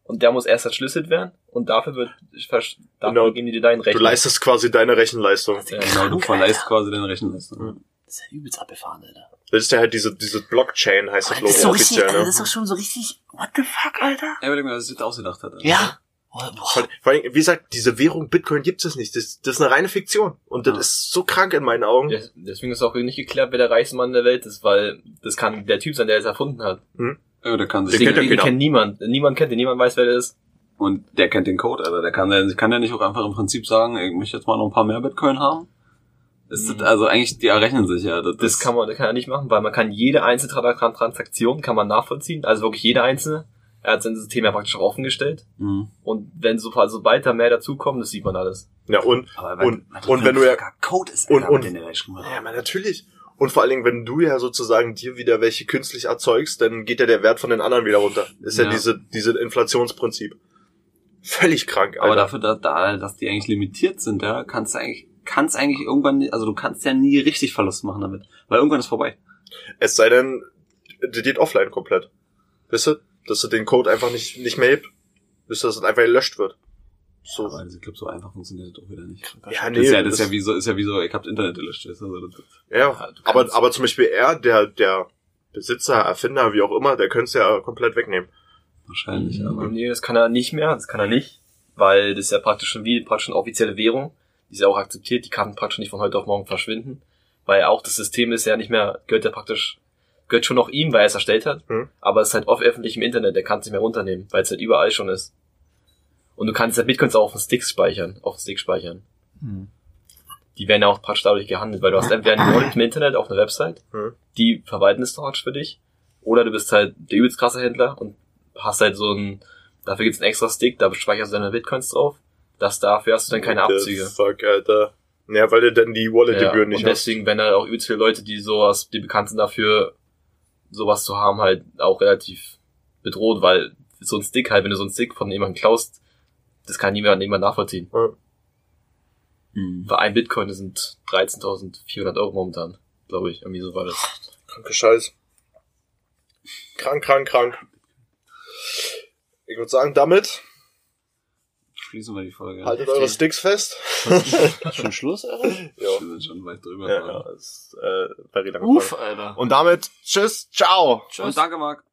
[SPEAKER 3] und der muss erst entschlüsselt werden und dafür wird versch- dafür
[SPEAKER 1] Genau.
[SPEAKER 3] geben die dir deinen
[SPEAKER 1] Du
[SPEAKER 3] Rechner.
[SPEAKER 1] leistest quasi deine Rechenleistung.
[SPEAKER 3] Ja,
[SPEAKER 2] Genau, du
[SPEAKER 4] Krank,
[SPEAKER 2] verleihst quasi den Rechenleistung.
[SPEAKER 4] Das ist ja übelst abgefahren, Alter.
[SPEAKER 1] Das ist ja halt diese, diese Blockchain, heißt das
[SPEAKER 4] Oh,
[SPEAKER 1] Logo
[SPEAKER 4] Das ist so richtig,
[SPEAKER 1] offiziell,
[SPEAKER 4] Alter,
[SPEAKER 1] ne?
[SPEAKER 4] das ist doch schon so richtig, what the fuck, Alter?
[SPEAKER 2] Ja, überleg mal, was ich das ausgedacht hat.
[SPEAKER 4] Ja. Boah, boah.
[SPEAKER 1] Vor vor allem, wie gesagt, diese Währung Bitcoin gibt es nicht. Das, das ist eine reine Fiktion. Und das
[SPEAKER 2] Ja.
[SPEAKER 1] ist so krank in meinen
[SPEAKER 2] Mhm.
[SPEAKER 1] Augen.
[SPEAKER 3] Des- Deswegen ist auch nicht geklärt, wer der reichste Mann der Welt ist, weil das kann der Typ sein, der es erfunden hat.
[SPEAKER 2] Ja, der kann
[SPEAKER 1] Den
[SPEAKER 2] sich
[SPEAKER 3] Den,
[SPEAKER 1] kennt ja
[SPEAKER 3] den
[SPEAKER 1] keiner.
[SPEAKER 3] kennt niemand. Niemand kennt ihn, niemand weiß, wer der ist.
[SPEAKER 2] Und der kennt den Code, Alter. Der kann, der kann ja nicht auch einfach im Prinzip sagen, ich möchte jetzt mal noch ein paar mehr Bitcoin haben. Ist
[SPEAKER 3] Mhm.
[SPEAKER 2] das, also eigentlich, die errechnen sich ja. Das,
[SPEAKER 3] Das kann man, das kann er nicht machen, weil man kann jede einzelne Tra- Transaktion kann man nachvollziehen, also wirklich jede einzelne. Er hat sein System ja praktisch auch offen gestellt.
[SPEAKER 2] Mhm.
[SPEAKER 3] Und wenn so, also sobald da mehr dazukommen, das sieht man alles.
[SPEAKER 1] Ja, und,
[SPEAKER 2] Aber
[SPEAKER 1] Und- und wenn du ja-
[SPEAKER 2] kranker Code ist,
[SPEAKER 1] und-
[SPEAKER 2] Alter,
[SPEAKER 1] und-
[SPEAKER 2] mit dem der da geschrieben hat.
[SPEAKER 1] ja, man, natürlich. Und vor allen Dingen, wenn du ja sozusagen dir wieder welche künstlich erzeugst, dann geht ja der Wert von den anderen wieder runter. Ist ja,
[SPEAKER 2] Ja.
[SPEAKER 1] diese, diese Inflationsprinzip. Völlig krank, Alter.
[SPEAKER 2] Aber dafür, da, da, dass die eigentlich limitiert sind, ja, kannst du eigentlich, kannst eigentlich irgendwann, nicht- also du kannst ja nie richtig Verlust machen damit. Weil irgendwann ist vorbei.
[SPEAKER 1] Es sei denn, die geht offline komplett. Wisst ihr? Dass du den Code einfach nicht, nicht mehr hebt. Wisst ihr, dass es einfach gelöscht wird. So.
[SPEAKER 2] Aber ich glaube, so einfach funktioniert das auch wieder nicht.
[SPEAKER 1] Ja,
[SPEAKER 2] das ist ja, das ist ja wie so, ist ja wie so, ich hab das Internet gelöscht, weißt du, also das,
[SPEAKER 1] Ja,
[SPEAKER 3] du
[SPEAKER 1] aber,
[SPEAKER 3] kannst-
[SPEAKER 1] aber zum Beispiel er, der, der Besitzer, Erfinder, wie auch immer, der könnte es ja komplett wegnehmen.
[SPEAKER 2] wahrscheinlich,
[SPEAKER 3] Mhm.
[SPEAKER 2] aber.
[SPEAKER 3] Nee, das kann er nicht mehr, das kann er nicht, weil das ist ja praktisch schon wie praktisch eine offizielle Währung, die ist ja auch akzeptiert, die kann praktisch nicht von heute auf morgen verschwinden, weil auch das System ist ja nicht mehr, gehört ja praktisch, gehört schon noch ihm, weil er es erstellt hat,
[SPEAKER 1] Mhm.
[SPEAKER 3] aber es ist halt oft öffentlich im Internet, der kann es nicht mehr runternehmen, weil es halt überall schon ist. Und du kannst ja Bitcoins auch auf den Sticks speichern, auf den Stick speichern. Die werden ja auch praktisch dadurch gehandelt, weil du hast entweder einen Wallet im Internet auf einer Website,
[SPEAKER 1] Mhm.
[SPEAKER 3] die verwalten es praktisch für dich, oder du bist halt der übelst krasse Händler und hast halt so einen Dafür gibt's einen extra Stick, da speicherst du deine Bitcoins drauf. Das dafür hast du dann keine
[SPEAKER 1] What the
[SPEAKER 3] Abzüge.
[SPEAKER 1] Fuck, Alter. Ja, weil du dann die
[SPEAKER 3] Ja,
[SPEAKER 1] Wallet-Gebühren
[SPEAKER 3] und
[SPEAKER 1] nicht
[SPEAKER 3] deswegen werden halt auch übelst viele Leute, die sowas, die bekannt sind dafür, sowas zu haben, halt auch relativ bedroht, weil so ein Stick halt, wenn du so einen Stick von jemandem klaust, das kann niemand, niemand nachvollziehen.
[SPEAKER 2] Mhm.
[SPEAKER 3] Bei einem Bitcoin das sind 13.400 Euro momentan, glaube ich. Irgendwie so war das.
[SPEAKER 1] hast. Kranke Scheiß. Krank, krank, krank. Ich würde sagen, damit
[SPEAKER 2] Schließen wir die Folge.
[SPEAKER 1] haltet eure Sticks fest.
[SPEAKER 4] Schon Schluss, Alter?
[SPEAKER 1] ja.
[SPEAKER 2] Wir sind schon weit drüber.
[SPEAKER 1] Ja, ja, ist, äh, very lange
[SPEAKER 4] Uff, Alter.
[SPEAKER 1] Und damit, tschüss, ciao.
[SPEAKER 2] Und danke, Marc.